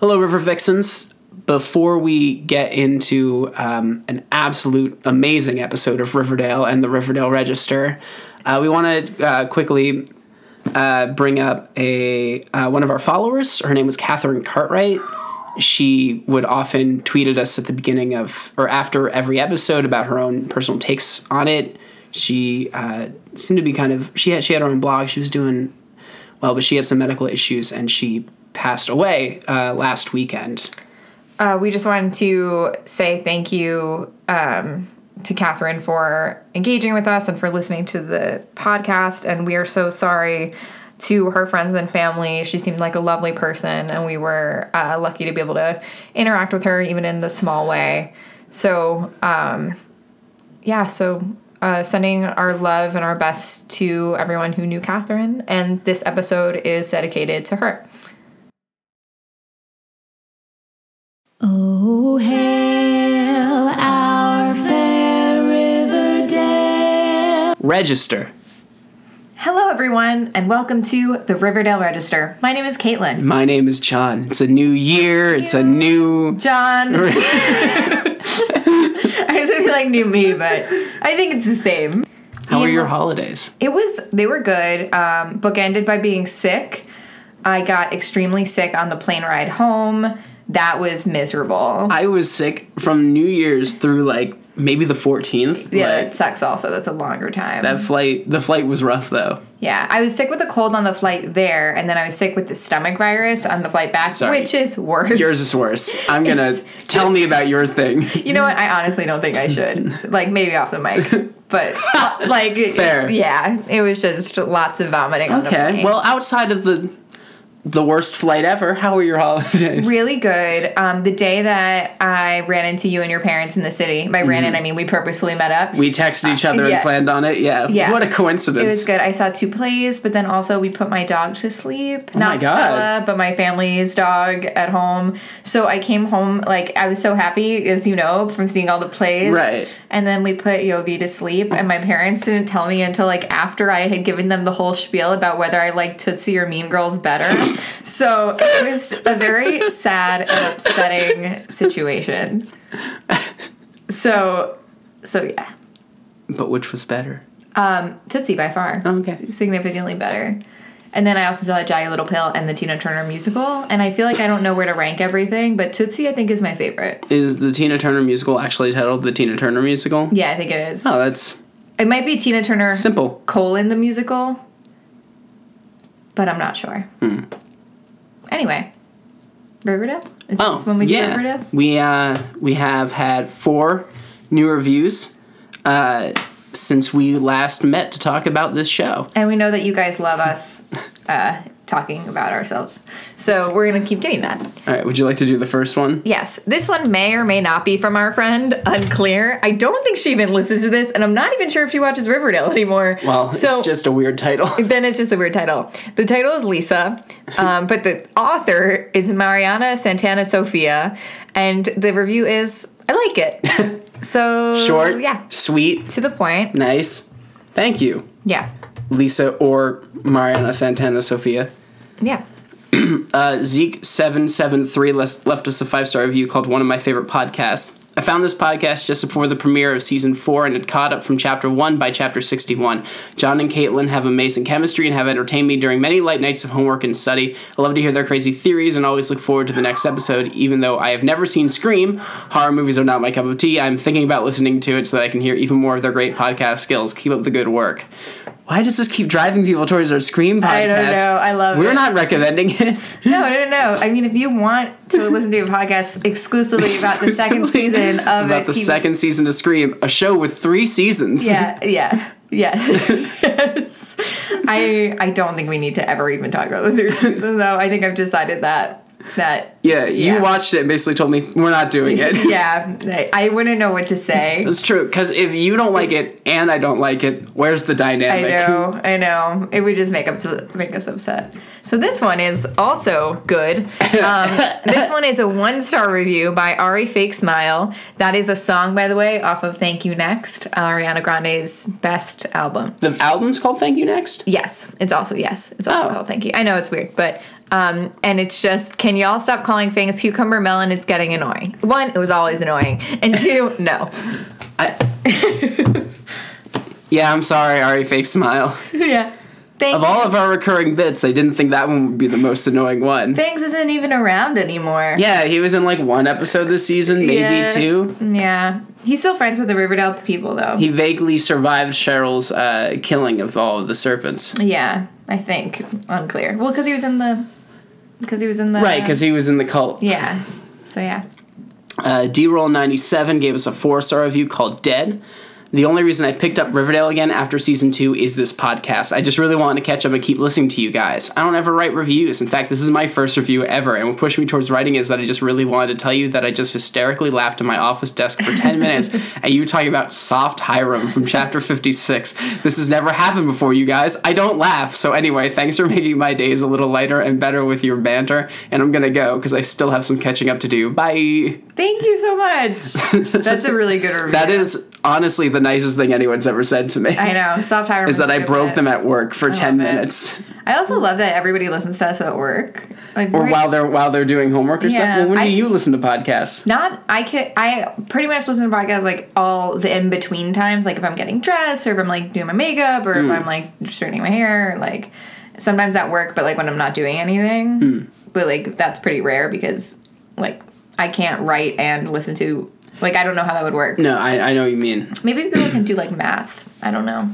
Hello, River Vixens. Before we get into um, an absolute amazing episode of Riverdale and the Riverdale Register, uh, we want to uh, quickly uh, bring up a uh, one of our followers. Her name was Catherine Cartwright. She would often tweet at us at the beginning of or after every episode about her own personal takes on it. She uh, seemed to be kind of she had she had her own blog. She was doing well, but she had some medical issues and she passed away uh, last weekend. Uh, we just wanted to say thank you um, to Catherine for engaging with us and for listening to the podcast. And we are so sorry to her friends and family. She seemed like a lovely person, and we were uh, lucky to be able to interact with her even in the small way. So, um, yeah, so uh, sending our love and our best to everyone who knew Catherine. And this episode is dedicated to her. Oh, hail our fair Riverdale. Register. Hello, everyone, and welcome to the Riverdale Register. My name is Caitlin. My name is John. It's a new year. It's a new. John. I was gonna be like new me, but I think it's the same. How are Yeah. your holidays? It was they were good. Um, bookended by being sick. I got extremely sick on the plane ride home. That was miserable. I was sick from New Year's through like maybe the 14th. yeah, Like, that sucks. Also, that's a longer time. that flight, the flight was rough though. yeah, I was sick with a cold on the flight there, and then I was sick with the stomach virus on the flight back, Sorry. which is worse. Yours is worse. I'm gonna tell me about your thing. You know what? I honestly don't think I should. Like maybe off the mic, but like Fair. Yeah, it was just lots of vomiting. On the Okay. plane. Well, outside of the the worst flight ever, how are your holidays? really good. Um, the day that I ran into you and your parents in the city, by ran Mm-hmm. in I mean we purposefully met up. We texted each other yeah. and planned on it. Yeah. Yeah. What a coincidence. it was good. I saw two plays, but then also we put my dog to sleep. Oh my Not God. Stella, but my family's dog at home. So I came home like I was so happy, as you know, from seeing all the plays. Right. And then we put Yovi to sleep, and my parents didn't tell me until like after I had given them the whole spiel about whether I liked Tootsie or Mean Girls better. so it was a very sad and upsetting situation. So, so yeah, Um, But which was better? Tootsie by far Okay. significantly better. And then I also saw Jolly Little Pill and the Tina Turner musical, and I feel like I don't know where to rank everything, but Tootsie I think is my favorite. Is the Tina Turner musical actually titled the Tina Turner musical? Yeah, I think it is. Oh, that's It might be Tina Turner simple. colon the musical, but I'm not sure. Hmm. Anyway, Riverdale. Is Oh, this when we do yeah. Riverdale? We uh, we have had four new reviews uh, since we last met to talk about this show. And we know that you guys love us uh, talking about ourselves, so we're gonna keep doing that. All right, would you like to do the first one? Yes, this one may or may not be from our friend. Unclear. I don't think she even listens to this, and I'm not even sure if she watches Riverdale anymore. Well, it's just a weird title. then it's just a weird title. The title is Lisa, um, but the author is Mariana Santana Sofia, and the review is I like it. so Short, yeah, sweet, to the point. nice. Thank you, Yeah, Lisa or Mariana Santana Sofia. yeah. Uh, Zeke seven seven three left us a five star review called "One of My Favorite Podcasts." I found this podcast just before the premiere of season four and had caught up from chapter one by chapter sixty one. John and Caitlin have amazing chemistry and have entertained me during many late nights of homework and study. I love to hear their crazy theories and always look forward to the next episode. Even though I have never seen Scream, horror movies are not my cup of tea. I'm thinking about listening to it so that I can hear even more of their great podcast skills. Keep up the good work. Why does this keep driving people towards our Scream podcast? I don't know. I love We're it. not recommending it. No, no, no, no. I mean, if you want to listen to a podcast exclusively about the second Exclusively season of about a the TV second season of Scream, a show with three seasons. Yeah, yeah, yes, yes. I I don't think we need to ever even talk about the third season, though. I think I've decided that that yeah. You Yeah. watched it and basically told me we're not doing it. yeah, I, I wouldn't know what to say. It's true because if you don't like it and I don't like it, where's the I dynamic? know, I know. It would just make us make us upset. So this one is also good. Um, this one is a one star review by Ari Fake Smile. That is a song, by the way, off of Thank You Next, Ariana Grande's best album. The album's called Thank You Next. Yes, it's also yes, it's also Oh. called Thank You. I know it's weird, but Um, and it's just, can y'all stop calling things cucumber melon? It's getting annoying. One, it was always annoying. And two, no. Yeah, I'm sorry, Ari Fake Smile. yeah. Thank Of all of our recurring bits, I didn't think that one would be the most annoying one. Fangs isn't even around anymore. Yeah, he was in like one episode this season, maybe Yeah. two. Yeah. He's still friends with the Riverdale people, though. He vaguely survived Cheryl's uh, killing of all of the serpents. yeah, I think. Unclear. Well, because he was in the. Because he was in the. Right, because he was in the cult. Yeah. So, yeah. Uh, D-Roll97 gave us a four-star review called Dead. The only reason I picked up Riverdale again after season two is this podcast. I just really wanted to catch up and keep listening to you guys. I don't ever write reviews. In fact, this is my first review ever, and what pushed me towards writing is that I just really wanted to tell you that I just hysterically laughed at my office desk for 10 minutes at you talking about Soft Hiram from Chapter 56. This has never happened before, you guys. I don't laugh. So, anyway, thanks for making my days a little lighter and better with your banter, and I'm gonna go because I still have some catching up to do. Bye! Thank you so much. That's a really good review. That is honestly the nicest thing anyone's ever said to me. I know. Soft Hiram Is that I broke them at work for ten love it. minutes, I also love that everybody listens to us at work. Like, or we're- while they're while they're doing homework or Yeah, stuff. Well, when I- do you listen to podcasts? Not I could I pretty much listen to podcasts like all the in between times, like if I'm getting dressed or if I'm like doing my makeup Mm. or if I'm like straightening my hair, or, like sometimes at work, but like when I'm not doing anything. Mm. But like that's pretty rare because like I can't write and listen to like I don't know how that would work. No, I, I know what you mean. Maybe people can do like math. I don't know.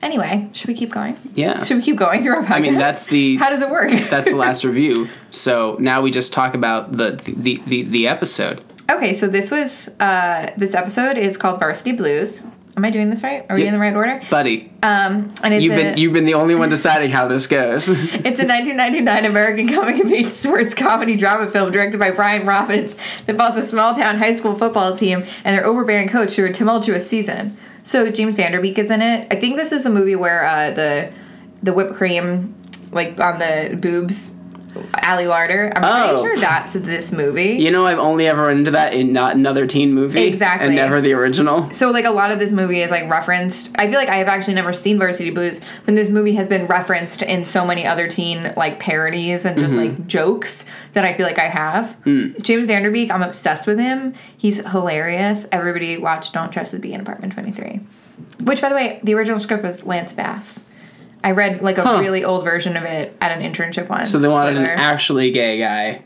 Anyway, should we keep going? Yeah, Should we keep going through our podcast? I mean, that's the- How does it work? that's the last review. So now we just talk about the the the, the episode. Okay, so this was uh, this episode is called Varsity Blues. Am I doing this right? Are we Yeah. in the right order? Buddy, Um, and it's you've a, been you've been the only one deciding how this goes. it's a 1999 American coming of age sports comedy drama film directed by Brian Robbins that follows a small town high school football team and their overbearing coach through a tumultuous season. So James Vanderbeek is in it. I think this is a movie where uh, the the whipped cream like on the boobs. Ali Larder. I'm Oh. pretty sure that's this movie. you know, I've only ever run into that in not another teen movie, Exactly. and never the original. so like a lot of this movie is like referenced i feel like i have actually never seen varsity blues but this movie has been referenced in so many other teen like parodies and just like Mm-hmm. jokes that i feel like i have Mm. james vanderbeek i'm obsessed with him he's hilarious everybody watch don't trust the bee in apartment 23 which by the way the original script was lance bass i read like a Huh. really old version of it at an internship once So they wanted Spoiler. an actually gay guy.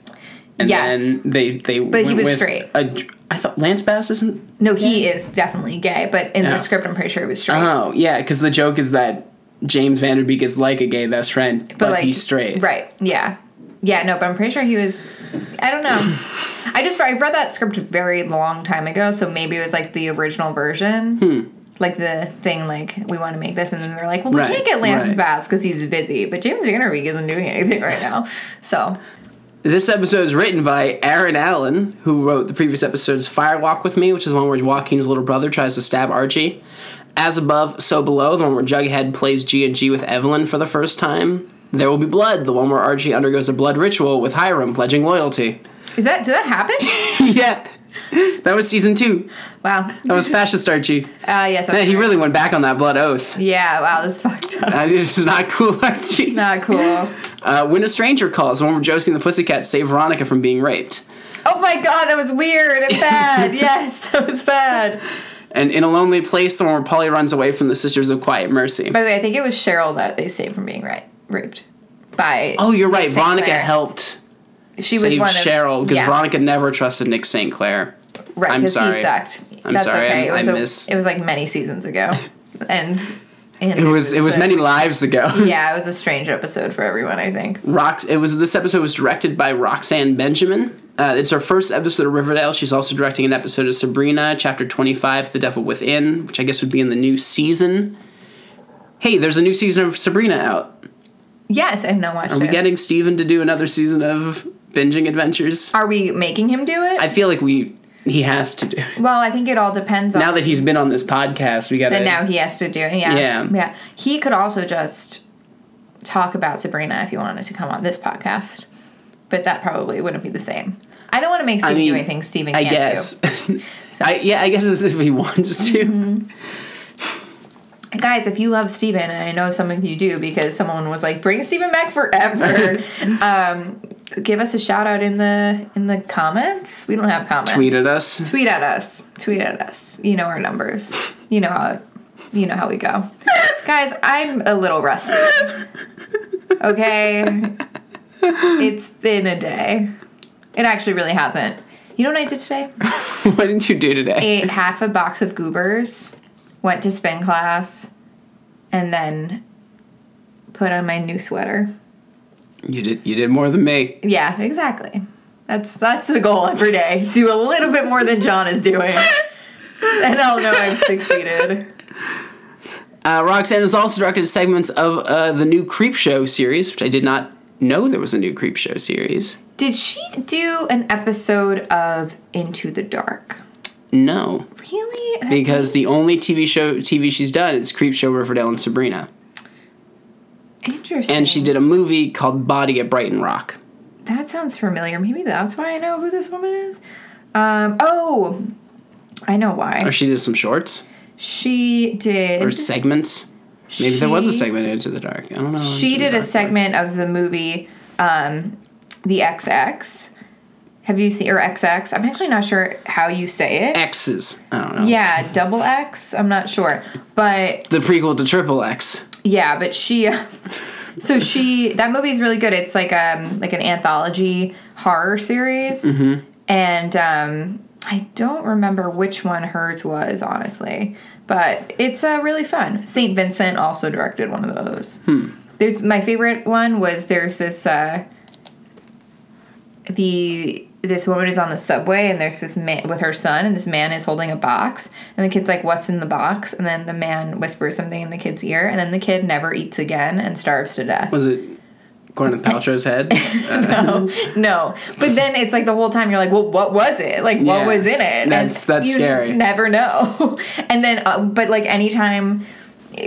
And Yes. then they they But he went was with straight. A, I thought Lance Bass isn't. no he is definitely gay but in Yeah. the script i'm pretty sure it was straight Oh yeah, because the joke is that James Vanderbeek is like a gay best friend, but, he's straight. Right. Yeah. Yeah. No, but I'm pretty sure he was. I don't know. I just I read that script a very long time ago, so maybe it was like the original version. Hmm. Like the thing, like we want to make this, and then they're like, "Well, we Right, can't get Lance right. Bass because he's busy." But James Vanderbeek isn't doing anything right now, so This episode is written by Aaron Allen, who wrote the previous episode's Fire Walk with Me, which is one where Joaquin's little brother tries to stab Archie. As above, so below, the one where Jughead plays G and G with Evelyn for the first time. There will be blood, the one where Archie undergoes a blood ritual with Hiram pledging loyalty. is that did that happen? yeah, that was season two. wow. That was fascist Archie. Uh, yes. Man, that's he right. really went back on that blood oath. Yeah. Wow. This fucked up. Uh, this is not cool, Archie. Not cool. Uh, when a stranger calls, when we're Josie and the Pussycat save Veronica from being raped. Oh my god, that was weird and bad. yes, that was bad. And in a lonely place, the one where Polly runs away from the Sisters of Quiet Mercy. By the way, I think it was Cheryl that they saved from being right, raped by. oh, you're right. Nick St. Veronica Clair. helped She save one of- Cheryl because yeah, Veronica never trusted Nick St. Clair. Right, I'm 'cause sorry. He sucked. I'm That's sorry, Okay. I- it was I a- miss- It was like many seasons ago, and, and It was it was a- many lives ago. Yeah, it was a strange episode for everyone. I think. Rox. It was this episode was directed by Roxanne Benjamin. Uh, it's her first episode of Riverdale. She's also directing an episode of Sabrina, Chapter Twenty Five, The Devil Within, which I guess would be in the new season. Hey, there's a new season of Sabrina out. Yes, I've not watched Are it. we getting Steven to do another season of Binging Adventures? Are we making him do it? I feel like we he has to do. it. well, I think it all depends on. Now that he's been on this podcast, we gotta. And now he has to do it. Yeah. Yeah. Yeah. He could also just talk about Sabrina if he wanted to come on this podcast, but that probably wouldn't be the same. I don't want to make Steven mean, do anything Steven I can't Mm-hmm. guess. I yeah, I guess as if he wants to. do. guys, if you love Steven, and I know some of you do because someone was like, bring Steven back forever. um, give us a shout out in the in the comments. We don't have comments. Tweet at us. Tweet at us. Tweet at us. You know our numbers. You know how you know how we go. guys, I'm a little rusty. Okay. It's been a day. It actually really hasn't. You know what I did today? what did you do today? ate half a box of goobers, went to spin class, and then put on my new sweater. You did you did more than me. Yeah, exactly. That's that's the goal every day. Do a little bit more than John is doing. And I'll know I've succeeded. Uh, Roxanne has also directed segments of uh, the new Creep Show series, which I did not know there was a new Creep Show series. Did she do an episode of Into the Dark? No, Really? I because the think- only TV show TV she's done is Creep Show, Riverdale, and Sabrina, interesting. and she did a movie called Body at Brighton Rock. That sounds familiar. Maybe that's why I know who this woman is. Um, oh, I know why. Or she did some shorts She did. or segments. Maybe there was a She- segment into the dark. I don't know. She Into the did a Dark. segment of the movie um, The XX. Have you seen or XX? I'm actually not sure how you say it. X's. I don't know. Yeah, double X. I'm not sure, but The prequel to Triple X. yeah, but she. so she that movie is really good. It's like um like an anthology horror series, and um, I don't remember which one hers was honestly, but it's uh, really fun. Saint Vincent also directed one of those. There's my favorite one was there's this uh, the this woman is on the subway and there's this man with her son and this man is holding a box and the kid's like what's in the box and then the man whispers something in the kid's ear and then the kid never eats again and starves to death. Was it Gwyneth Paltrow's head? no, no. But then it's like the whole time you're like, well, what was it? Like, Yeah. what was in it? That's- that's you scary. Never know. and then, uh, but like anytime,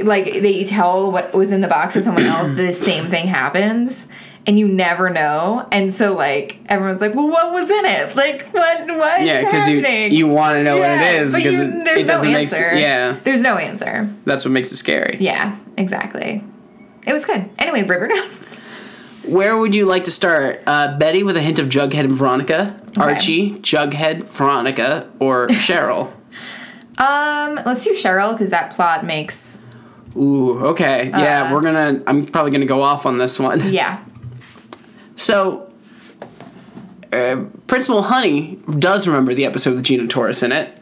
like they tell what was in the box to someone else, the same thing happens. And you never know, and so like everyone's like, "Well, what was in it? Like, what? What is yeah, because you happening?" you want to know what Yeah, it is but because you- it, there's it doesn't no make answer. sense. Yeah, there's no answer. that's what makes it scary. Yeah, exactly. It was good. Anyway, Riverdale. Where would you like to start? Uh, Betty with a hint of Jughead and Veronica, Archie, Jughead, Veronica, or Cheryl. Um, let's do Cheryl because that plot makes Ooh, okay. Yeah, Uh, we're gonna. I'm probably gonna go off on this one. yeah So, uh, Principal Honey does remember the episode with Gina Torres in it,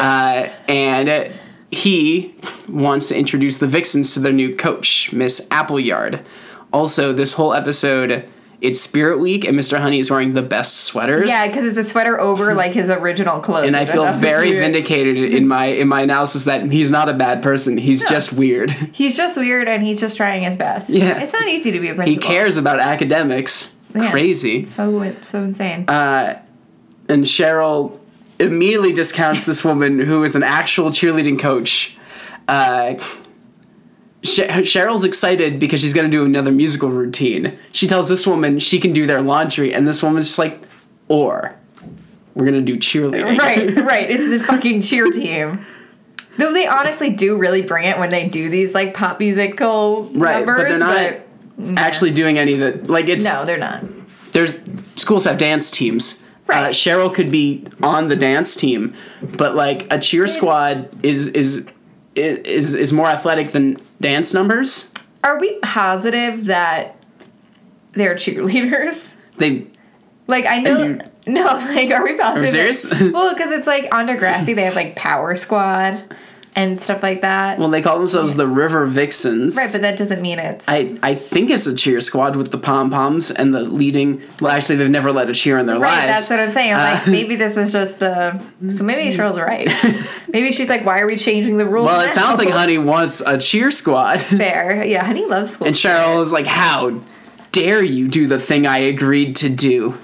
uh, and uh, he wants to introduce the Vixens to their new coach, Miss Appleyard. Also, this whole episode, it's Spirit Week, and Mr. Honey is wearing the best sweaters. Yeah, because it's a sweater over like his original clothes. Hmm. And I That feel was very weird. vindicated in my in my analysis that he's not a bad person. He's just weird. He's just weird, and he's just trying his best. Yeah. it's not easy to be a principal. He cares about academics. Yeah. Crazy. So so insane. Uh, and Cheryl immediately discounts this woman who is an actual cheerleading coach. Uh, Sh- Cheryl's excited because she's going to do another musical routine. She tells this woman she can do their laundry, and this woman's just like, or we're going to do cheerleading. right, right. This is a fucking cheer team. Though they honestly do really bring it when they do these like pop musical Right, but numbers, they're not actually doing any of the like it's no, they're not. there's schools have dance teams. Right. Uh, Cheryl could be on the dance team, but like a cheer squad is is is is more athletic than dance numbers. Are we positive that they're cheerleaders? They Like I know. you- No, like, are we positive? serious? that- well, because it's like on Degrassi, they have like Power Squad and stuff like that. well they call themselves the River Vixens. Right, but that doesn't mean it's. I, I think it's a cheer squad with the pom poms and the leading. Well, actually, they've never led a cheer in their right, lives. that's what I'm saying. I'm Uh, like, maybe this was just the. So maybe Cheryl's right. maybe she's like, why are we changing the rules? well, it now?" sounds like Honey wants a cheer squad, Fair. Yeah, Honey loves school. and Cheryl is like, "How dare you do the thing I agreed to do?"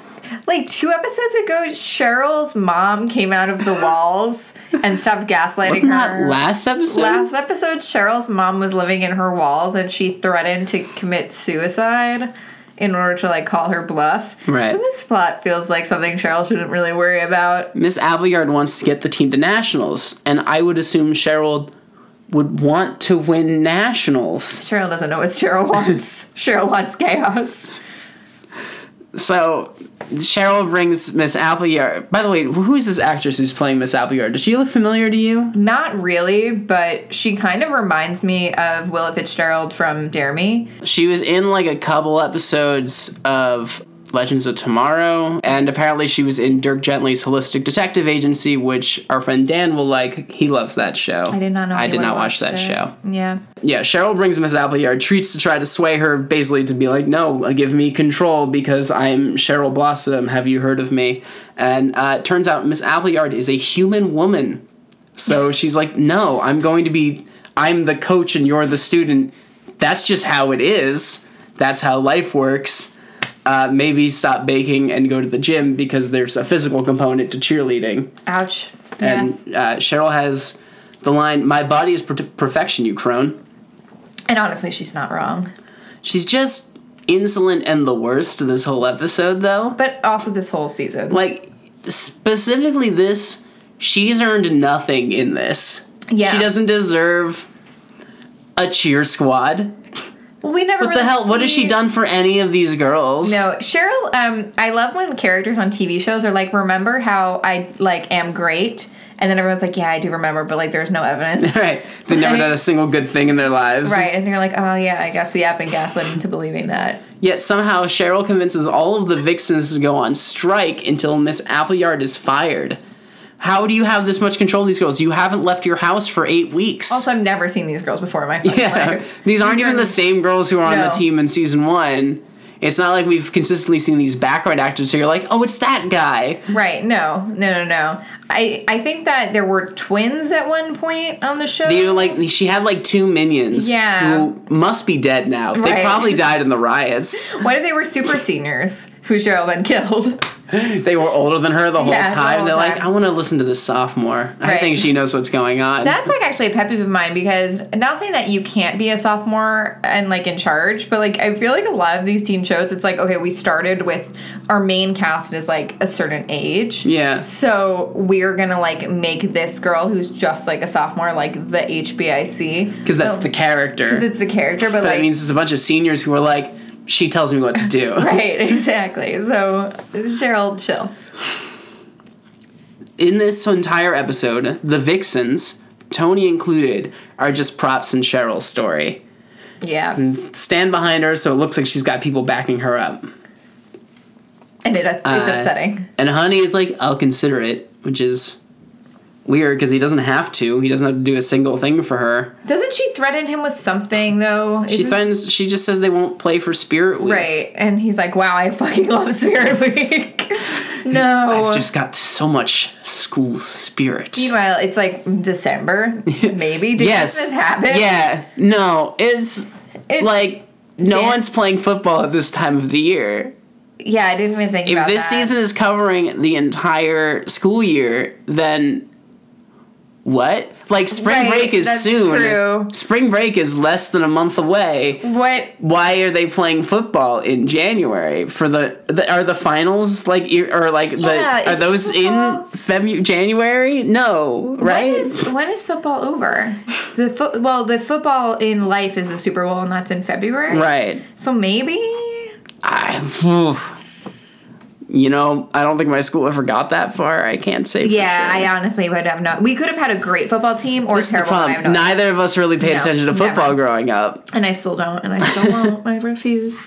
Like two episodes ago, Cheryl's mom came out of the walls and stopped gaslighting Wasn't that her. last episode? Last episode, Cheryl's mom was living in her walls and she threatened to commit suicide in order to like call her bluff. Right. So this plot feels like something Cheryl shouldn't really worry about. Miss Appleyard wants to get the team to nationals, and I would assume Cheryl would want to win nationals. Cheryl doesn't know what Cheryl wants. Cheryl wants chaos. So Cheryl brings Miss Appleyard. By the way, who is this actress who's playing Miss Appleyard? Does she look familiar to you? Not really, but she kind of reminds me of Willa Fitzgerald from Dare Me. She was in like a couple episodes of Legends of Tomorrow, and apparently she was in Dirk Gently's Holistic Detective Agency, which our friend Dan will like. He loves that show. I did not know. I did anyone not watch watched that it. show. Yeah. Yeah, Cheryl brings Miss Appleyard treats to try to sway her, basically to be like, "No, uh, give me control because I'm Cheryl Blossom. Have you heard of me?" And uh, it turns out Miss Appleyard is a human woman, so she's like, "No, I'm going to be. I'm the coach and you're the student. That's just how it is. That's how life works. Uh, maybe stop baking and go to the gym because there's a physical component to cheerleading." Ouch. Yeah. And uh, Cheryl has the line, "My body is per- perfection, you crone." and honestly, she's not wrong. She's just insolent and the worst this whole episode, though. But also this whole season. Like, specifically this, she's earned nothing in this. Yeah. She doesn't deserve a cheer squad. Well, we never. What the hell? What has she done for any of these girls? No, Cheryl. Um, I love when characters on TV shows are like, "Remember how I like am great," and then everyone's like, "Yeah, I do remember," but like, there's no evidence. Right. They never I mean- done a single good thing in their lives. Right, and they're like, oh yeah, I guess we have been gaslit into believing that. Yet somehow Cheryl convinces all of the vixens to go on strike until Miss Appleyard is fired. How do you have this much control of these girls? You haven't left your house for eight weeks. Also, I've never seen these girls before in my fucking Yeah, life. these aren't even are- the same girls who were on No. the team in season one. It's not like we've consistently seen these background actors, so you're like, oh, it's that guy. Right? No, no, no, no. I I think that there were twins at one point on the show. They were like, she had like two minions, Yeah. who must be dead now. They Right. probably died in the riots. what if they were super seniors who Cheryl then killed? they were older than her the whole Yeah, the time. whole They're like, time. I want to listen to this sophomore. I Right. think she knows what's going on. That's like actually a pet peeve of mine because not saying that you can't be a sophomore and like in charge, but like I feel like a lot of these teen shows, it's like okay, we started with our main cast is like a certain age, Yeah. So we're gonna like make this girl who's just like a sophomore like the HBIC because that's the character. because it's a character, but that like means it's a bunch of seniors who are like, she tells me what to do. right, exactly. So Cheryl, chill. in this entire episode, the Vixens, Tony included, are just props in Cheryl's story. Yeah, Hmm. Stand behind her so it looks like she's got people backing her up. and it, it's Uh, upsetting. And Honey is like, I'll consider it, which is weird because he doesn't have to. He doesn't have to do a single thing for her. Doesn't she threaten him with something though? She Isn't- threatens, she just says they won't play for Spirit Week. Mm-hmm. Right. And he's like, wow, I fucking love Spirit Week. no. I've just got so much school spirit. Meanwhile, it's like December, maybe. Did yes. Christmas happen? Yeah. No, it's It- like no Yeah. one's playing football at this time of the year. Yeah, I didn't even think if about this that. season is covering the entire school year, then what? Like spring Right, break is that's soon. true. Spring break is less than a month away. What? Why are they playing football in January for the, the are the finals like e- or like Yeah, the are is those football- in February January? No, right? When is, when is football over? The foot well, the football in life is the Super Bowl, and that's in February. right. So maybe. I, oof. you know, I don't think my school ever got that far. I can't say. for Yeah, sure. I honestly would have not. We could have had a great football team or a This is the terrible one. I have no problem. idea. Neither of us really paid No, attention to never. football growing up. And I still don't, and I still won't. I refuse.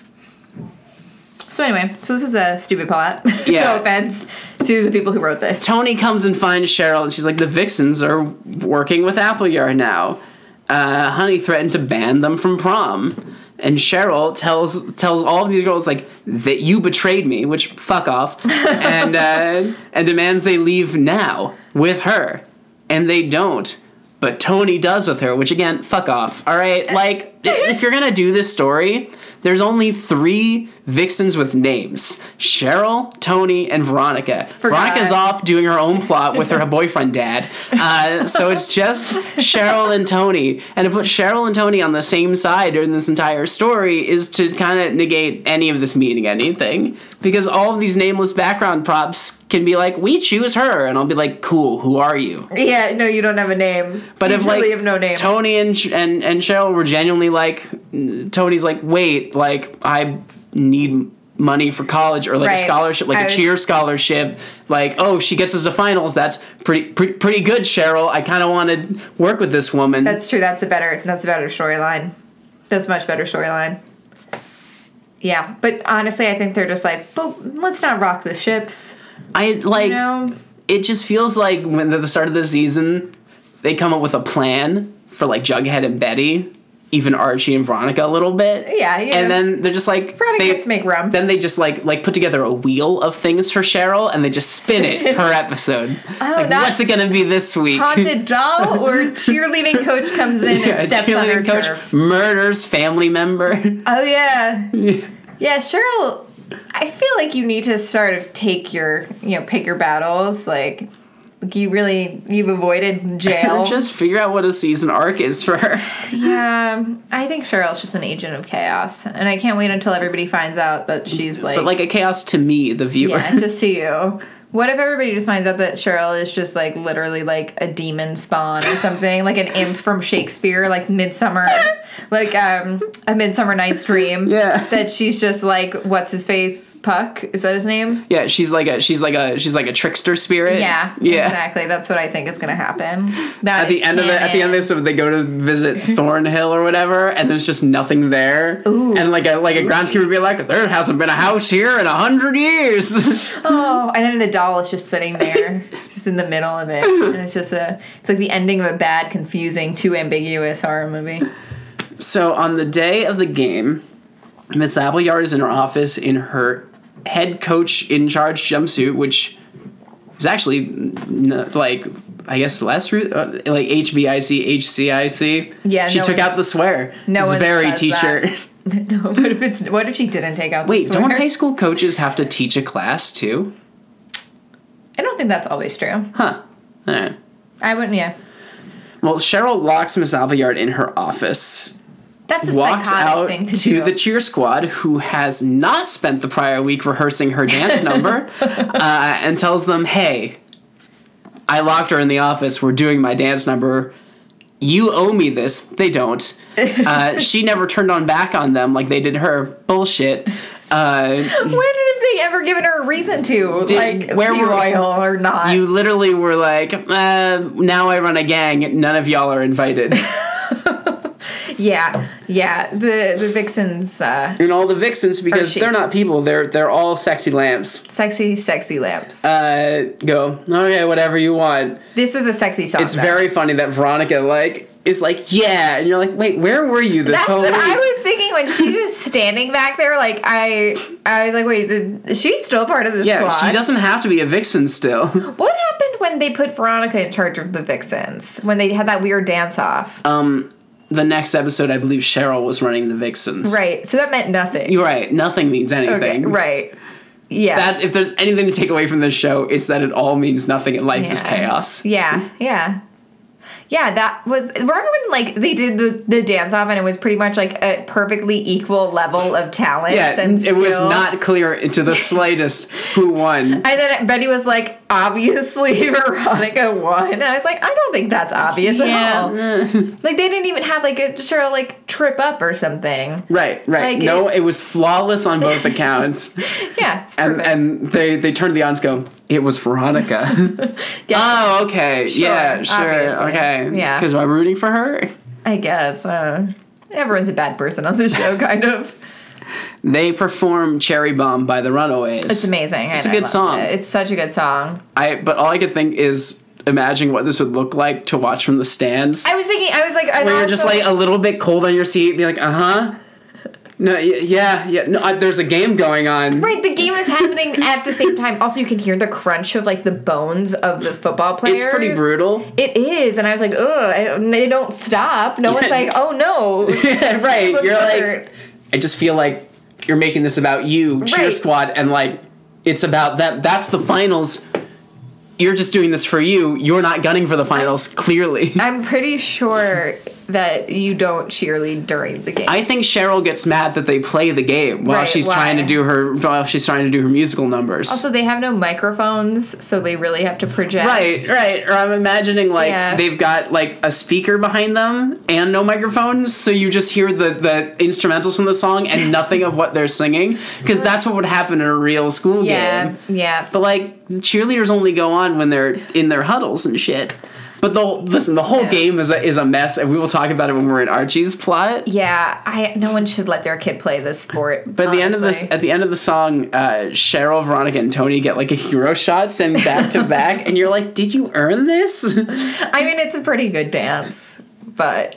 So anyway, so this is a stupid plot. Yeah. no offense to the people who wrote this. Tony comes and finds Cheryl, and she's like, "The Vixens are working with Appleyard now." Uh, Honey threatened to ban them from prom, and Cheryl tells tells all of these girls like that you betrayed me, which fuck off, and uh, and demands they leave now with her, and they don't. But Tony does with her, which again, fuck off. All right, like i- if you're gonna do this story, there's only three vixens with names Cheryl, Tony, and Veronica. Forgot. Veronica's off doing her own plot with her boyfriend dad. Uh, so it's just Cheryl and Tony. And to put Cheryl and Tony on the same side during this entire story is to kind of negate any of this meaning anything. Because all of these nameless background props can be like, we choose her. And I'll be like, cool, who are you? Yeah, no, you don't have a name. But you if really like have no name. Tony and and and Cheryl were genuinely like, Tony's like, wait, like I need money for college or like Right. a scholarship, like I a was- cheer scholarship. Like, oh, she gets us to finals. That's pretty pretty, pretty good, Cheryl. I kind of want to work with this woman. That's true. That's a better. That's a better storyline. That's much better storyline. Yeah, but honestly, I think they're just like, but let's not rock the ships. I like. You know, It just feels like when at the start of the season, they come up with a plan for like Jughead and Betty. Even Archie and Veronica a little bit, Yeah, yeah. and then they're just like Veronica they- gets make rum. then they just like like put together a wheel of things for Cheryl and they just spin it per episode. Oh, like, not- what's it gonna be this week? Haunted doll or cheerleading coach comes in Yeah, and steps on her cheerleading coach turf. murders family member. Oh yeah, yeah, Cheryl. I feel like you need to sort of take your, you know, pick your battles. Like, you really you've avoided jail. just figure out what a season arc is for her. Yeah, Um, I think Cheryl's just an agent of chaos, and I can't wait until everybody finds out that she's like, But like a chaos to me, the viewer. yeah, just to you. What if everybody just finds out that Cheryl is just like literally like a demon spawn or something, like an imp from Shakespeare, like Midsummer, like um, a Midsummer Night's Dream. Yeah. that she's just like what's his face Puck is that his name? Yeah, she's like a she's like a she's like a trickster spirit. Yeah, Yeah. exactly. That's what I think is gonna happen. That At the is end of the at the end of canon. this, they go to visit Thornhill or whatever, and there's just nothing there. Ooh, and like a like a groundskeeper would be like, there hasn't been a house here in a hundred years. Oh, and then the doll is just sitting there, just in the middle of it, and it's just a, it's like the ending of a bad, confusing, too ambiguous horror movie. So on the day of the game, Miss Appleyard is in her office in her head coach in charge jumpsuit, which is actually n- like I guess last root uh, like HBIC HCIC. Yeah, she no took out one's- the swear. no It's one very says teacher. that. no, what if it's what if she didn't take out? Wait, the don't swear? high school coaches have to teach a class too? I don't think that's always true. Huh. All right. I wouldn't. Yeah, Well, Cheryl locks Miss Appleyard in her office that's a walks psychotic out thing to, to, do. the cheer squad who has not spent the prior week rehearsing her dance number uh, and tells them hey i locked her in the office we're doing my dance number you owe me this they don't uh, she never turned on back on them like they did her bullshit uh, when have they ever given her a reason to Did- like where be were- royal or not? you literally were like uh, now i run a gang none of y'all are invited yeah, yeah. The the vixens, uh, and all the vixens because she. they're not people they're they're all sexy lamps sexy, sexy lamps. uh, go okay whatever you want this was a sexy song. It's though. very funny that Veronica like is like, yeah, and you're like, wait, where were you this That's whole what week? I was thinking when she's just standing back there. Like I, I was like, wait, did, she's still part of the yeah, squad. she doesn't have to be a vixen still. What happened when they put Veronica in charge of the Vixens when they had that weird dance off? Uh, the next episode, I believe Cheryl was running the vixens. right. So that meant nothing. You're right. Nothing means anything. okay. Right. Yeah. That's if there's anything to take away from this show, it's that it all means nothing and life is Yeah. chaos. Yeah, yeah. Yeah, that was remember when like they did the, the dance off and it was pretty much like a perfectly equal level of talent. Yeah, and it was skill? not clear to the slightest who won. And then Betty was like, obviously Veronica won. And I was like, I don't think that's obvious Yeah. at all. like they didn't even have like a Cheryl like trip up or something. Right, right. Like, no, it, was flawless on both accounts, Yeah, it's and perfect. and they they turned to the audience. Go, it was Veronica. yeah, Oh, okay. yeah, sure. obviously. Okay. Yeah. Because I'm rooting for her. I guess. Uh, everyone's a bad person on this show, kind of. They perform Cherry Bomb by the Runaways. It's amazing. It's a a good song. It's such a good song. I but all I could think is imagining what this would look like to watch from the stands. I was thinking, I was like, I where you're also- just like a little bit cold on your seat, be like, uh huh. No, y- yeah, yeah. No, I, there's a game going on. Right, the game is happening at the same time. Also, you can hear the crunch of like the bones of the football players. It's pretty brutal. It is, and I was like, ugh, and they don't stop. No one's like, oh no. right. Let's You're like, start. I just feel like you're making this about you, cheer Right. squad, and like it's about that. That's the finals. You're just doing this for you. You're not gunning for the finals, clearly. I'm pretty sure that you don't cheerlead during the game. I think Cheryl gets mad that they play the game while Right, she's why? trying to do her while she's trying to do her musical numbers. also, they have no microphones, so they really have to project. Right, right. Or I'm imagining like Yeah. they've got like a speaker behind them and no microphones, so you just hear the the instrumentals from the song and nothing of what they're singing because that's what would happen in a real school Yeah. game. Yeah. But like cheerleaders only go on when they're in their huddles and shit. But the listen, the whole Yeah. game is a, is a mess, and we will talk about it when we're in Archie's plot. Yeah. I. No one should let their kid play this sport. But at the end of this, honestly. at the end of the song, uh, Cheryl, Veronica, and Tony get like a hero shot, sent back to back, and you're like, "Did you earn this?" I mean, it's a pretty good dance, but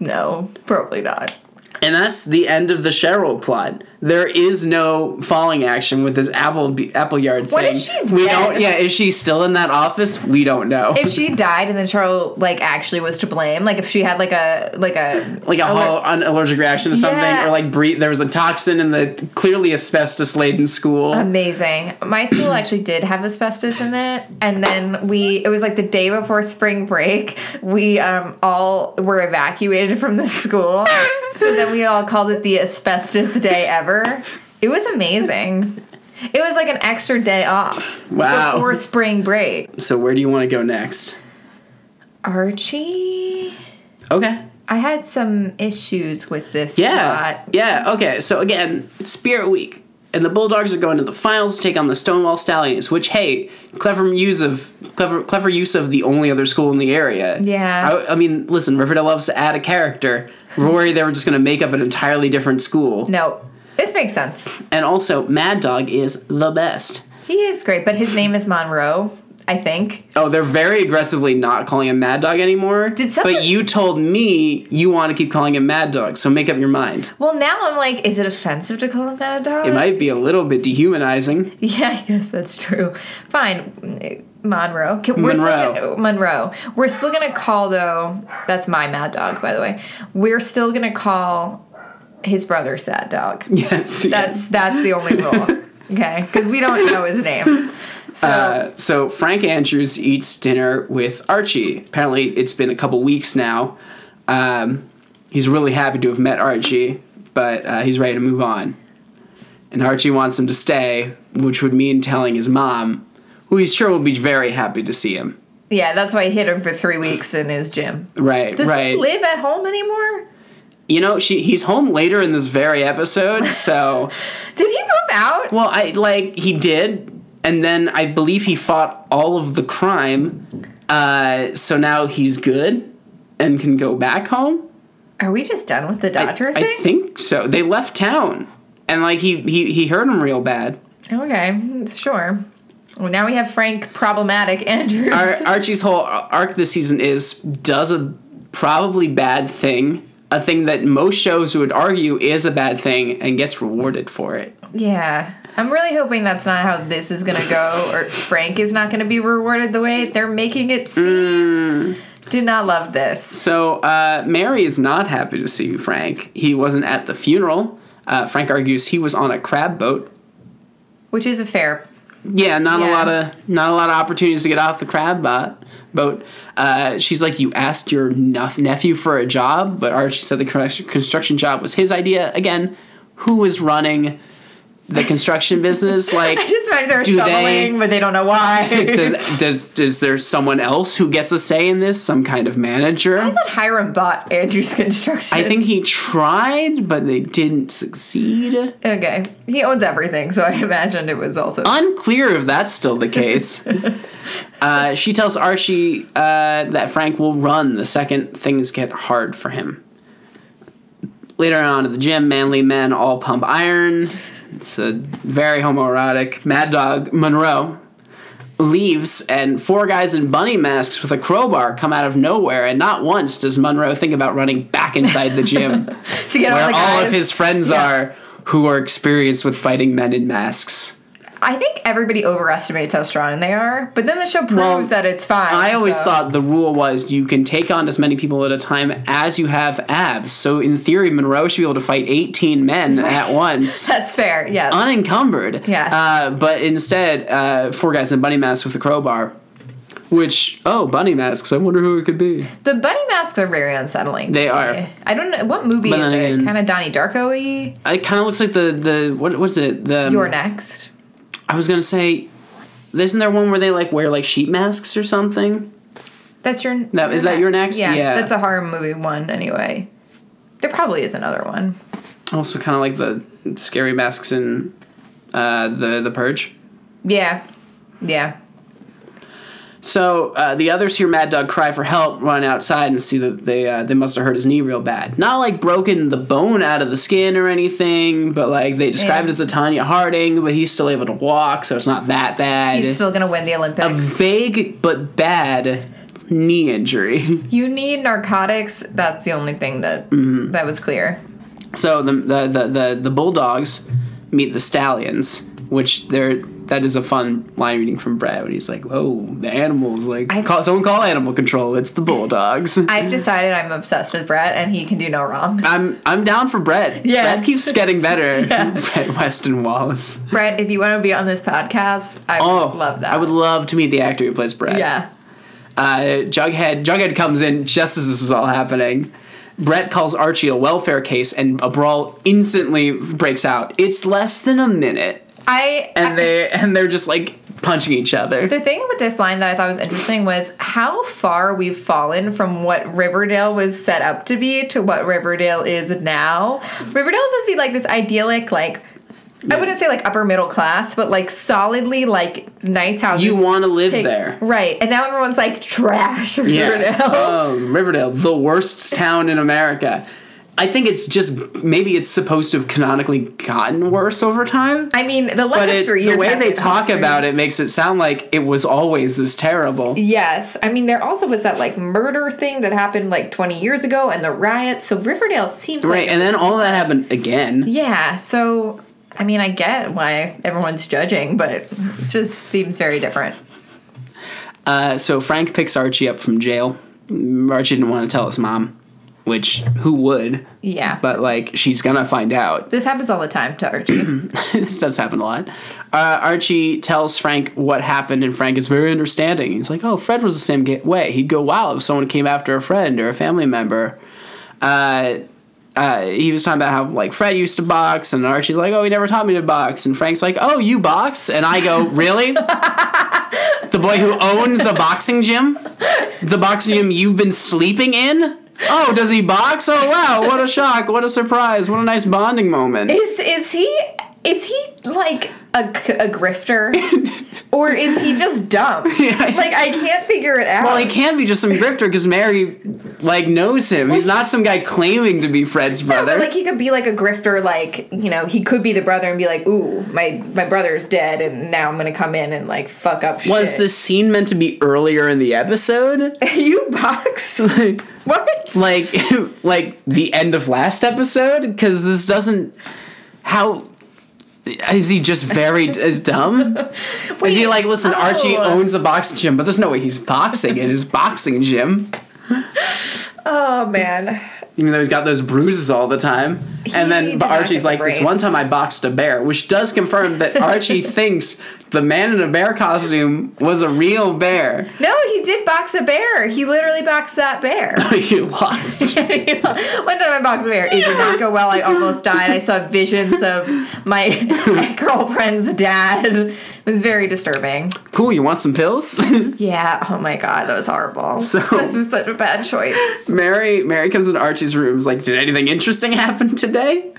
no, probably not. And that's the end of the Cheryl plot. There is no falling action with this Apple Appleyard thing. What if she's we dead? don't. Yeah, is she still in that office? We don't know. If she died and then Cheryl like actually was to blame, like if she had like a like a like a hol- an allergic reaction to something, Oh, Yeah. or like breathe, there was a toxin in the clearly asbestos laden school. Um, Amazing. My school actually did have asbestos in it. And then we, it was like the day before spring break, we um, all were evacuated from the school. so then we all called it the asbestos day ever. It was amazing. It was like an extra day off Wow. before spring break. so where do you want to go next? Archie, Okay. I had some issues with this Yeah. plot. Yeah. Okay. So again, it's Spirit Week, and the Bulldogs are going to the finals to take on the Stonewall Stallions. Which, hey, clever use of clever clever use of the only other school in the area. Yeah. I, I mean, listen, Riverdale loves to add a character. We're worried they were just going to make up an entirely different school. No, this makes sense. And also, Mad Dog is the best. He is great, but his name is Monroe, I think. Oh, they're very aggressively not calling him Mad Dog anymore. Did someone- but you told me you want to keep calling him Mad Dog, so make up your mind. Well, now I'm like, is it offensive to call him Mad Dog? It might be a little bit dehumanizing. Yeah, I guess that's true. Fine, Monroe. Can- We're Monroe. Still gonna, Monroe. We're still gonna call though. That's my Mad Dog, by the way. We're still gonna call his brother Sad Dog. Yes. yes. That's that's the only rule. Okay, because we don't know his name. So Uh, so Frank Andrews eats dinner with Archie. Apparently, it's been a couple weeks now. Um, he's really happy to have met Archie, but uh, he's ready to move on. And Archie wants him to stay, which would mean telling his mom, who he's sure will be very happy to see him. yeah, that's why he hid him for three weeks in his gym. Right, Does right. he live at home anymore? you know, she he's home later in this very episode, so Did he move out? well, I like he did, and then I believe he fought all of the crime, uh, so now he's good and can go back home. Are we just done with the Dodger I, thing? I think so. They left town, and like he he he hurt him real bad. Okay, sure. Well, now we have Frank problematic Andrews. Ar- Archie's whole arc this season is does a probably bad thing, a thing that most shows would argue is a bad thing, and gets rewarded for it. yeah, I'm really hoping that's not how this is gonna go, or Frank is not gonna be rewarded the way they're making it seem. Mm. Did not love this. So uh, Mary is not happy to see Frank. He wasn't at the funeral. Uh, Frank argues he was on a crab boat. Which is a fair. Yeah, not a Yeah. lot of not a lot of opportunities to get off the crab bot, boat. Uh, she's like, you asked your nuf- nephew for a job, but Archie said the constru- construction job was his idea. Again, who is running the construction business? Like, I just imagine they're Do shoveling, they- but they don't know why. does, does is there someone else who gets a say in this? Some kind of manager? I thought Hiram bought Andrews Construction. I think he tried, but they didn't succeed. Okay, he owns everything, so I imagined it was also. Uh, unclear if that's still the case. uh, she tells Archie uh, that Frank will run the second things get hard for him. Later on at the gym, manly men all pump iron. It's a very homoerotic. Mad Dog Monroe leaves, and four guys in bunny masks with a crowbar come out of nowhere, and not once does Monroe think about running back inside the gym to get all where the all of guys- his friends Yeah. are who are experienced with fighting men in masks. I think everybody overestimates how strong they are, but then the show proves Well, that it's fine. I always so- thought the rule was you can take on as many people at a time as you have abs. So in theory, Monroe should be able to fight 18 men at once. that's fair. Yes. unencumbered. Yes. Uh, but instead, uh, four guys in bunny masks with a crowbar. Which oh, bunny masks! I wonder who it could be. the bunny masks are very unsettling. to They me. are. I don't know what movie But is then it. again- Kind of Donnie Darko y. It kind of looks like the the what was it the um, You're next. I was gonna say, isn't there one where they like wear like sheet masks or something? That's your. That- is that your next? Yeah, Yeah. That's a horror movie one anyway. There probably is another one. Also, kind of like the scary masks in uh, the the purge. Yeah. Yeah. So uh, the others hear Mad Dog cry for help, run outside, and see that they uh, they must have hurt his knee real bad. Not like broken the bone out of the skin or anything, but like they describe Yeah. it as a Tanya Harding, but he's still able to walk, so it's not that bad. He's still gonna win the Olympics. a vague but bad knee injury. you need narcotics. That's the only thing that Mm-hmm. that was clear. So the the the the, the bulldogs meet the stallions, which they're. That is a fun line reading from Brad when he's like, "Oh, the animals! Like, I- call, someone call animal control. It's the bulldogs." I've decided I'm obsessed with Brett, and he can do no wrong. I'm I'm down for Brett. Yeah. Brett keeps getting better. Yeah. Brett Weston Wallace. Brett, if you want to be on this podcast, I Oh, would love that. I would love to meet the actor who plays Brett. Yeah. Uh, Jughead. Jughead comes in just as this is all happening. Brett calls Archie a welfare case, and a brawl instantly breaks out. It's less than a minute, I and I- they and they're just like punching each other. the thing with this line that I thought was interesting was how far we've fallen from what Riverdale was set up to be to what Riverdale is now. Riverdale was supposed to be like this idyllic, like I wouldn't say like upper middle class, but like solidly like nice houses. You want to live Like, there. right? And now everyone's like trash Riverdale. Yeah. Oh, Riverdale, the worst town in America. I think it's just maybe it's supposed to have canonically gotten worse over time. I mean, the last but it, three years. the way have they been talk hard. about it makes it sound like it was always this terrible. Yes. I mean, there also was that like murder thing that happened like 20 years ago and the riot. So Riverdale seems Right, like. and then all that happened again. yeah. So, I mean, I get why everyone's judging, but it just seems very different. Uh, so Frank picks Archie up from jail. Mm, Archie didn't want to tell his mom, which who would? Yeah. But like, she's gonna find out. this happens all the time to Archie. this does happen a lot. Uh, Archie tells Frank what happened, and Frank is very understanding. He's like, "Oh, Fred was the same ga- way. He'd go wild if someone came after a friend or a family member." Uh, uh, he was talking about how like Fred used to box, and Archie's like, "Oh, he never taught me to box." And Frank's like, "Oh, you box?" And I go, "Really?" the boy who owns a boxing gym, the boxing gym you've been sleeping in. Oh, does he box? Oh, wow! What a shock! What a surprise! What a nice bonding moment! is, is he. Is he like a, g- a grifter? or is he just dumb? Like, I can't figure it out. Well, he can't be just some grifter because Mary, like, knows him. He's not some guy claiming to be Fred's But brother. like he could be like a grifter, like you know, he could be the brother and be like, "Ooh, my my brother's dead, and now I'm gonna come in and like fuck up." Shit. Was this scene meant to be earlier in the episode? you box? what? like, like the end of last episode? Because this doesn't. How is he just very d- as dumb? Is he Wait, like, listen, Archie oh. owns a boxing gym, but there's no way he's boxing in his boxing gym, Oh man, even though he's got those bruises all the time. and He then but did not get Archie's the like, this one brains. time I boxed a bear, which does confirm that Archie thinks the man in a bear costume was a real bear. no, he did box a bear. He literally boxed that bear. he lost. One time I boxed a bear. It did not go well. I almost died. I saw visions of my, my girlfriend's dad. It was very disturbing. cool, you want some pills? Yeah. Oh my god, that was horrible. So- this was such a bad choice. Mary Mary comes into Archie's room and is like, Did anything interesting happen today?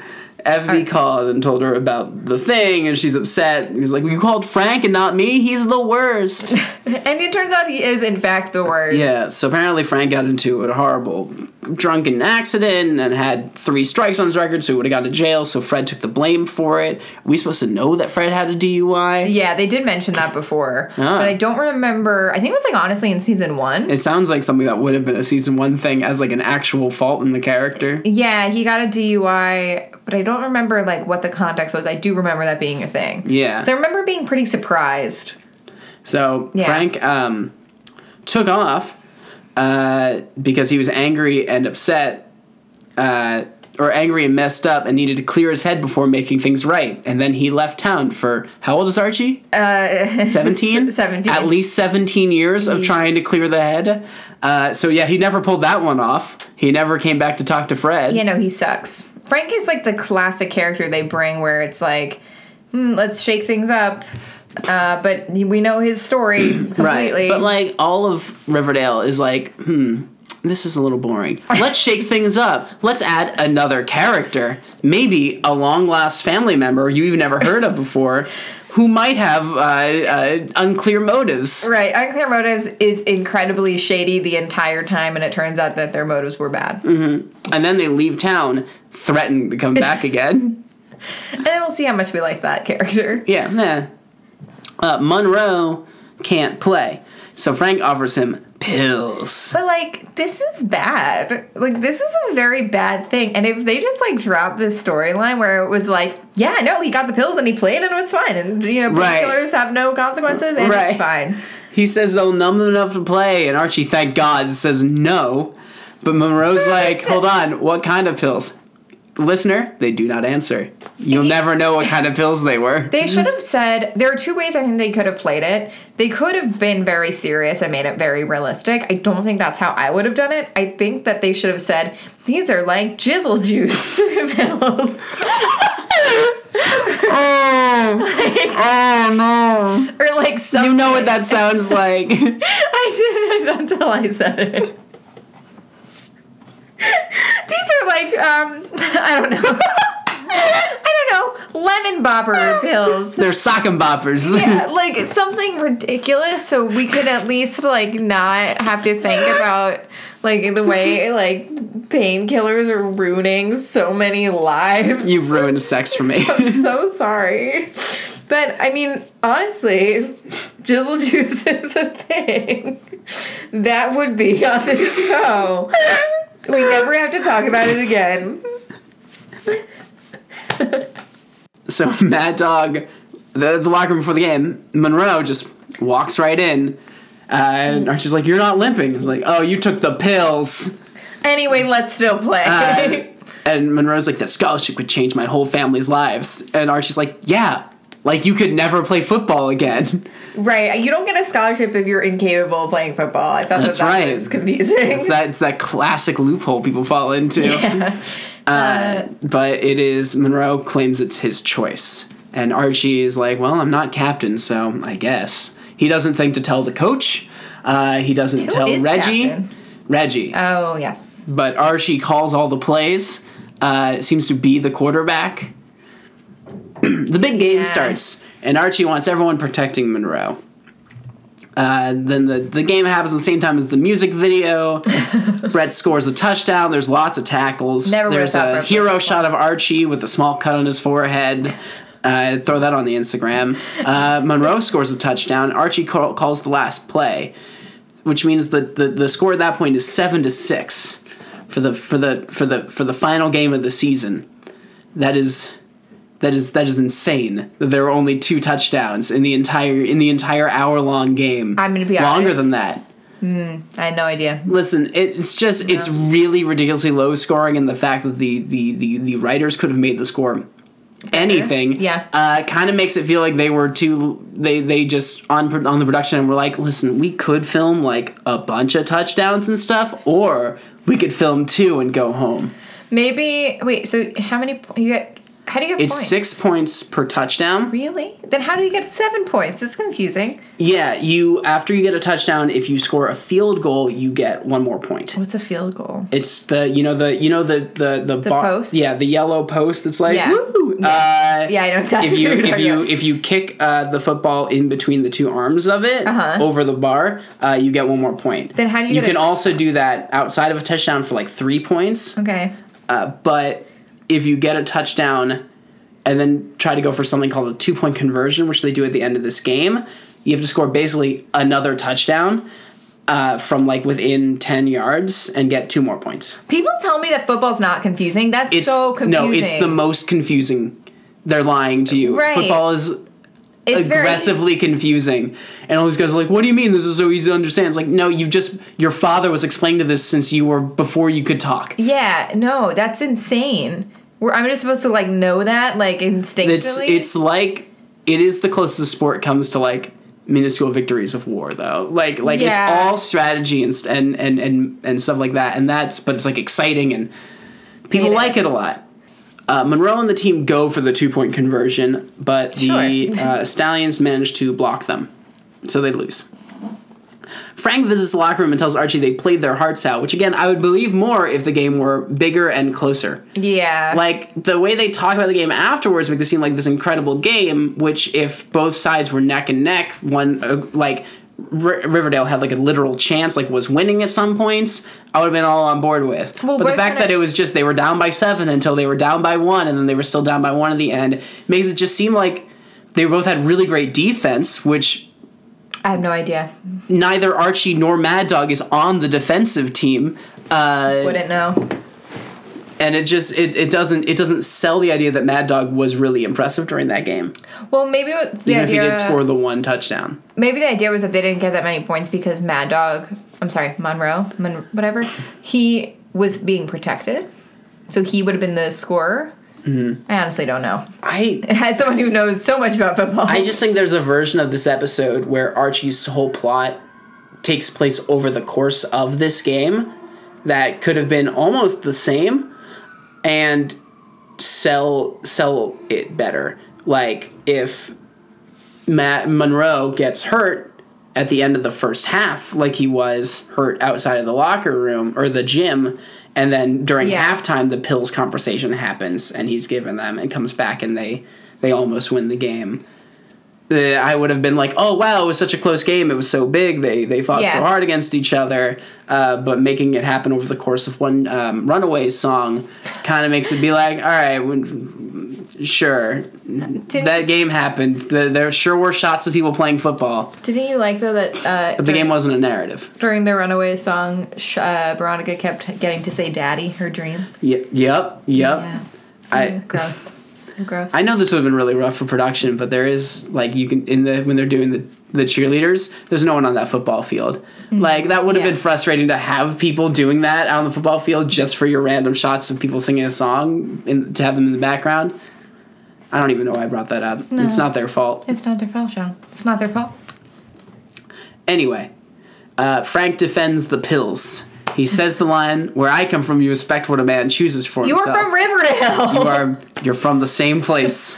FB called and told her about the thing, and she's upset. He's like, You called Frank and not me? He's the worst. And it turns out he is, in fact, the worst. Yeah, so apparently Frank got into a horrible drunken accident and had three strikes on his record, so he would have gone to jail. So Fred took the blame for it. we supposed to know that Fred had a DUI? Yeah, they did mention that before. Ah. But I don't remember. I think it was like honestly in season one. It sounds like something that would have been a season one thing as like an actual fault in the character. yeah, he got a DUI, but I don't remember like what the context was. I do remember that being a thing. Yeah. So I remember being pretty surprised. So Yeah. Frank um, took off uh, because he was angry and upset, uh, or angry and messed up, and needed to clear his head before making things right. And then he left town for how old is Archie? Seventeen. Uh, Seventeen. At least seventeen years of trying to clear the head. Uh, so yeah, he never pulled that one off. He never came back to talk to Fred. You know, he sucks. Frank is like the classic character they bring where it's like, hmm, let's shake things up. Uh, but we know his story completely. Right. But like all of Riverdale is like, hmm, this is a little boring. Let's shake things up. Let's add another character, maybe a long lost family member you've never heard of before, who might have uh, uh, unclear motives. Right, unclear motives is incredibly shady the entire time, and it turns out that their motives were bad. Mm. And then they leave town, threaten to come back again. And we'll see how much we like that character. Yeah, nah. Uh, Monroe can't play, so Frank offers him pills. But like, this is bad. Like, this is a very bad thing. And if they just like drop this storyline where it was like, yeah, no, he got the pills and he played and it was fine, and you know, Right. painkillers have no consequences and Right. it's fine. He says they'll numb them enough to play, and Archie, thank God, says no. But Monroe's like, hold on, what kind of pills? Listener, they do not answer. You'll never know what kind of pills they were. They should have said there are two ways I think they could have played it. They could have been very serious and made it very realistic. I don't think that's how I would have done it. I think that they should have said these are like jizzle juice pills Oh, oh or like no. some. You know what that sounds like. I didn't until I said it. These are like um I don't know. I don't know. Lemon bobber pills. They're sock and boppers. Yeah, like it's something ridiculous so we could at least like not have to think about like the way like painkillers are ruining so many lives. You've ruined sex for me. I'm so sorry. But I mean, honestly, Jizzle Juice is a thing. That would be on this show. We never have to talk about it again. So Mad Dog, the, the locker room before the game, Monroe just walks right in. Uh, and Archie's like, You're not limping. He's like, Oh, you took the pills. Anyway, let's still play. Uh, and Monroe's like, that scholarship could change my whole family's lives. And Archie's like, yeah, like you could never play football again. right, you don't get a scholarship if you're incapable of playing football. I thought That's that, that right. was confusing. It's that, it's that classic loophole people fall into. Yeah. Uh, but it is, Monroe claims it's his choice. And Archie is like, well, I'm not captain, so I guess. He doesn't think to tell the coach. Uh, he doesn't tell is Reggie. captain? Reggie. Oh, yes. but Archie calls all the plays. Uh, seems to be the quarterback. the big game Yeah. starts, and Archie wants everyone protecting Monroe. Uh, then the, the game happens at the same time as the music video. Brett scores a touchdown. There's lots of tackles. Never would've There's thought a Brett hero played shot of Archie with a small cut on his forehead. Uh, throw that on the Instagram. Uh, Monroe scores a touchdown. Archie call, calls the last play, which means that the, the score at that point is seven to six for the for the for the for the final game of the season. That is that is that is insane. That there were only two touchdowns in the entire in the entire hour long game. I'm gonna be longer honest. than that. I had no idea. Listen, it, it's just it's really ridiculously low scoring, and the fact that the the the, the writers could have made the score anything, Yeah. uh, kind of makes it feel like they were too they they just on pro- on the production and were like, listen, we could film like a bunch of touchdowns and stuff, or we could film two and go home. Maybe, wait, so how many, po- you get, how do you get It's points? six points per touchdown. Really? Then how do you get seven points? It's confusing. Yeah, you after you get a touchdown, if you score a field goal, you get one more point. What's a field goal? It's the you know the you know the the the, bar- post? Yeah, the yellow post. that's like Yeah. woo. Uh, Yeah, I know exactly. If you what you're if talking you about. if you kick uh, the football in between the two arms of it Uh-huh. over the bar, uh, you get one more point. Then how do you You get can a- also do that outside of a touchdown for like three points. okay, Uh, but if you get a touchdown and then try to go for something called a two point conversion, which they do at the end of this game, you have to score basically another touchdown. uh, from like within 10 yards and get two more points. People tell me that football's not confusing. That's It's so confusing. no, it's the most confusing. They're lying to you. Right. Football is It's very- aggressively confusing. And all these guys are like, "What do you mean this is so easy to understand?" It's like, "No, you just your father was explaining to this since you were before you could talk." Yeah, no, that's insane. We're, I'm just supposed to like know that like instinctually. It's it's like it is the closest sport comes to like minuscule victories of war though. Like like Yeah. it's all strategy and st- and and and and stuff like that. And that's but it's like exciting and people Hate it. like it a lot. Uh, Monroe and the team go for the two point conversion, but the Sure. uh, Stallions manage to block them, so they lose. Frank visits the locker room and tells Archie they played their hearts out, which again I would believe more if the game were bigger and closer yeah. like the way they talk about the game afterwards make it seem like this incredible game which if both sides were neck and neck one uh, like R- Riverdale had like a literal chance like was winning at some points I would have been all on board with Well, but the we're fact gonna- that it was just they were down by 7 until they were down by 1 and then they were still down by 1 at the end makes it just seem like they both had really great defense which I have no idea. neither Archie nor Mad Dog is on the defensive team uh, Wouldn't know. and it just it, it doesn't it doesn't sell the idea that Mad Dog was really impressive during that game. Well, maybe what the Even if he idea. did score the one touchdown. maybe the idea was that they didn't get that many points because Mad Dog. I'm sorry, Monroe, Mon- whatever. He was being protected, so he would have been the scorer. Mm-hmm. I honestly don't know. I As someone who knows so much about football, I just think there's a version of this episode where Archie's whole plot takes place over the course of this game that could have been almost the same and sell sell it better. Like if Matt Monroe gets hurt at the end of the first half, like he was hurt outside of the locker room or the gym, and then during Yeah. halftime the pills conversation happens and he's given them and comes back and they they almost win the game. Uh, I would have been like, "Oh wow, it was such a close game. It was so big. They they fought so Yeah. hard against each other." Uh, but making it happen over the course of one um, Runaways song kind of makes it be like, "All right, when- sure, didn't, that game happened. There, there sure were shots of people playing football, didn't you like though that uh, but the game wasn't a narrative. during the Runaway song, sh- uh, Veronica kept getting to say "Daddy" her dream. Yep, yep, yep. Yeah. Oh, I- gross. So gross. I know this would have been really rough for production, but there is like you can in the when they're doing the the cheerleaders, there's no one on that football field. Like that would have Yeah. been frustrating to have people doing that out on the football field just for your random shots of people singing a song and to have them in the background. I don't even know why I brought that up. it's not it's- their fault. It's not their fault, Sean. It's not their fault. Anyway, uh, Frank defends the pills. He says the line, "Where I come from, you respect what a man chooses for You were himself." from Riverdale. you are you're from the same place.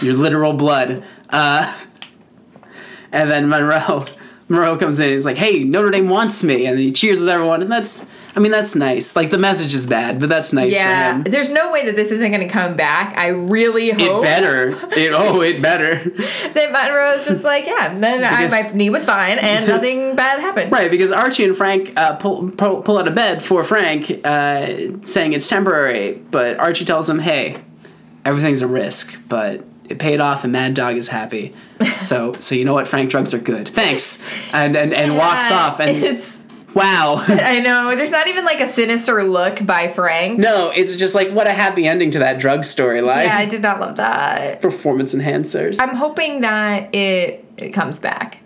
Your literal blood. Uh, and then Monroe Monroe comes in and he's like, "Hey, Notre Dame wants me," and he cheers with everyone. And that's I mean that's nice. Like the message is bad, but that's nice for yeah, him. there's no way that this isn't going to come back. I really It hope better. It oh, it better. that Monroe's just like, yeah, then I, my knee was fine and nothing bad happened. Right, because Archie and Frank uh, pull, pull pull out of bed for Frank, uh, saying it's temporary. But Archie tells him, "Hey, everything's a risk, but it paid off, and Mad Dog is happy. So, so you know what? Frank drugs are good. Thanks." And and, and walks Yeah, off. And it's, wow, I know. There's not even like a sinister look by Frank. no, it's just like what a happy ending to that drug storyline. Yeah, I did not love that. Performance enhancers. I'm hoping that it, it comes back.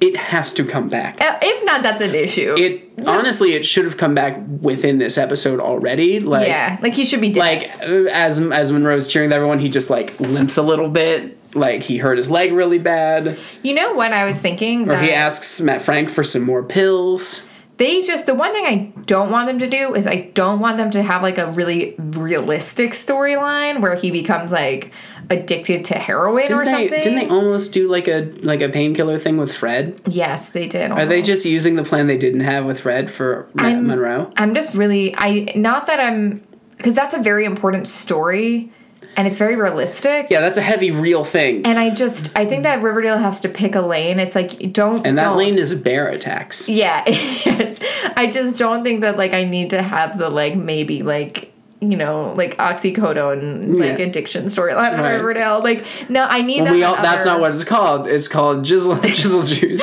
it has to come back. Uh, If not, that's an issue. It honestly, it should have come back within this episode already. Like, yeah, like he should be dead. like uh, as as Monroe's cheering everyone, he just like limps a little bit. Like he hurt his leg really bad, you know what I was thinking? or he That- asks Matt Frank for some more pills. they just the one thing I don't want them to do is I don't want them to have like a really realistic storyline where he becomes like addicted to heroin Didn't or they, something. didn't they almost do like a like a painkiller thing with Fred? yes, they did. Are they just using the plan they didn't have with Fred for Ma- I'm- Monroe? I'm just really I not that I'm because that's a very important story and it's very realistic. Yeah, that's a heavy real thing, and, And I just I think that Riverdale has to pick a lane. It's like don't that don't. lane is bear attacks. Yeah, yes. I just don't think that like I need to have the like maybe like you know, like oxycodone, like Yeah. addiction storyline Right. right. Riverdale. Like, no, I need that. we in all, that's other- not what it's called. It's called Jizzle Jizzle Juice.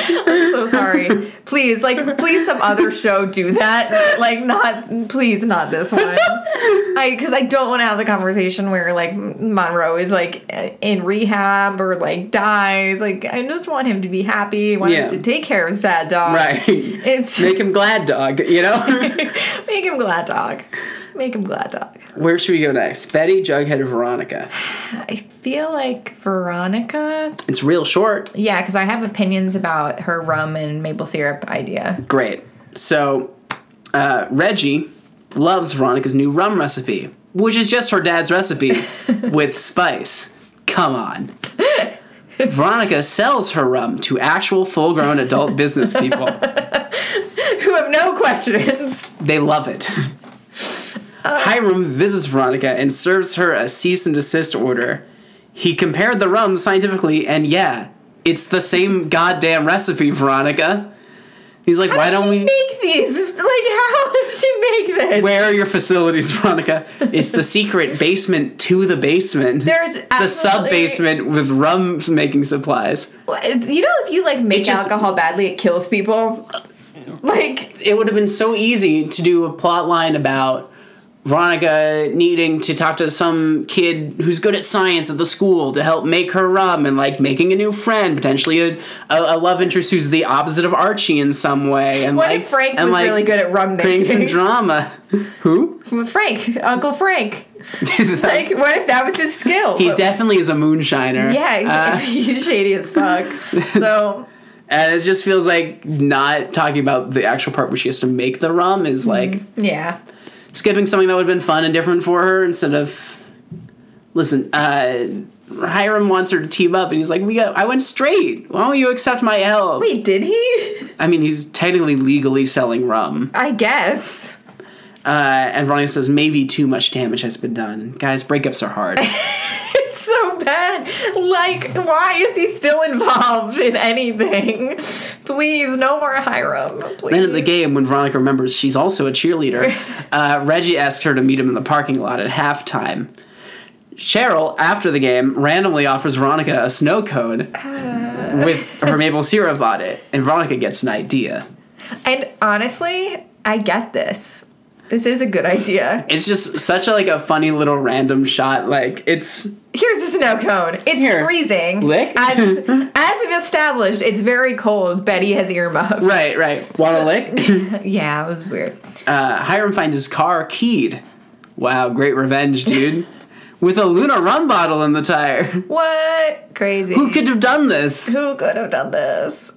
so sorry. Please, like, please, some other show do that. Like, not, please, not this one. I, because I don't want to have the conversation where like Monroe is like in rehab or like dies. Like, I just want him to be happy. I want Yeah. him to take care of sad dog. right. It's Make him glad, dog. You know. make him glad dog. Make him glad dog. Where should we go next? Betty, Jughead, or Veronica? I feel like Veronica. It's real short. Yeah, because I have opinions about her rum and maple syrup idea. Great. So, uh, Reggie loves Veronica's new rum recipe, which is just her dad's recipe with spice. Come on. Veronica sells her rum to actual full grown adult business people. Who have no questions. They love it. Hiram visits Veronica and serves her a cease and desist order. He compared the rum scientifically, and yeah, it's the same goddamn recipe, Veronica. He's like, why don't we? make these? Like, how did she make this? Where are your facilities, Veronica? It's the secret basement to the basement. There's the sub basement with rum making supplies. You know, if you like make just- alcohol badly, it kills people. Like, It would have been so easy to do a plot line about Veronica needing to talk to some kid who's good at science at the school to help make her rum and like making a new friend, potentially a, a, a love interest who's the opposite of Archie in some way. And what like, if Frank and was like really good at rum creating some making? drama? Who? Frank, Uncle Frank. Like, what if that was his skill? he definitely is a moonshiner. yeah, Uh, he's, he's shady as fuck. So And it just feels like not talking about the actual part where she has to make the rum is like Mm-hmm. yeah, skipping something that would have been fun and different for her instead of listen, uh Hiram wants her to team up and he's like, We got I went straight. Why don't you accept my help? wait, did he? I mean he's technically legally selling rum. I guess. Uh and Veronica says maybe too much damage has been done. Guys, breakups are hard. It's so bad. Like, why is he still involved in anything? Please, no more Hiram. Please. Then at the game, when Veronica remembers she's also a cheerleader, uh, Reggie asks her to meet him in the parking lot at halftime. Cheryl, after the game, randomly offers Veronica a snow cone with her maple syrup on it, and Veronica gets an idea. And honestly, I get this. This is a good idea. It's just such a, like a funny little random shot. Like it's Here's a snow cone. It's Here. freezing. Lick? As, as we've established, it's very cold. Betty has earmuffs. right, right. Want a lick? Yeah, it was weird. Uh, Hiram finds his car keyed. Wow, great revenge, dude. with a Luna rum bottle in the tire. What? Crazy. Who could have done this? Who could have done this?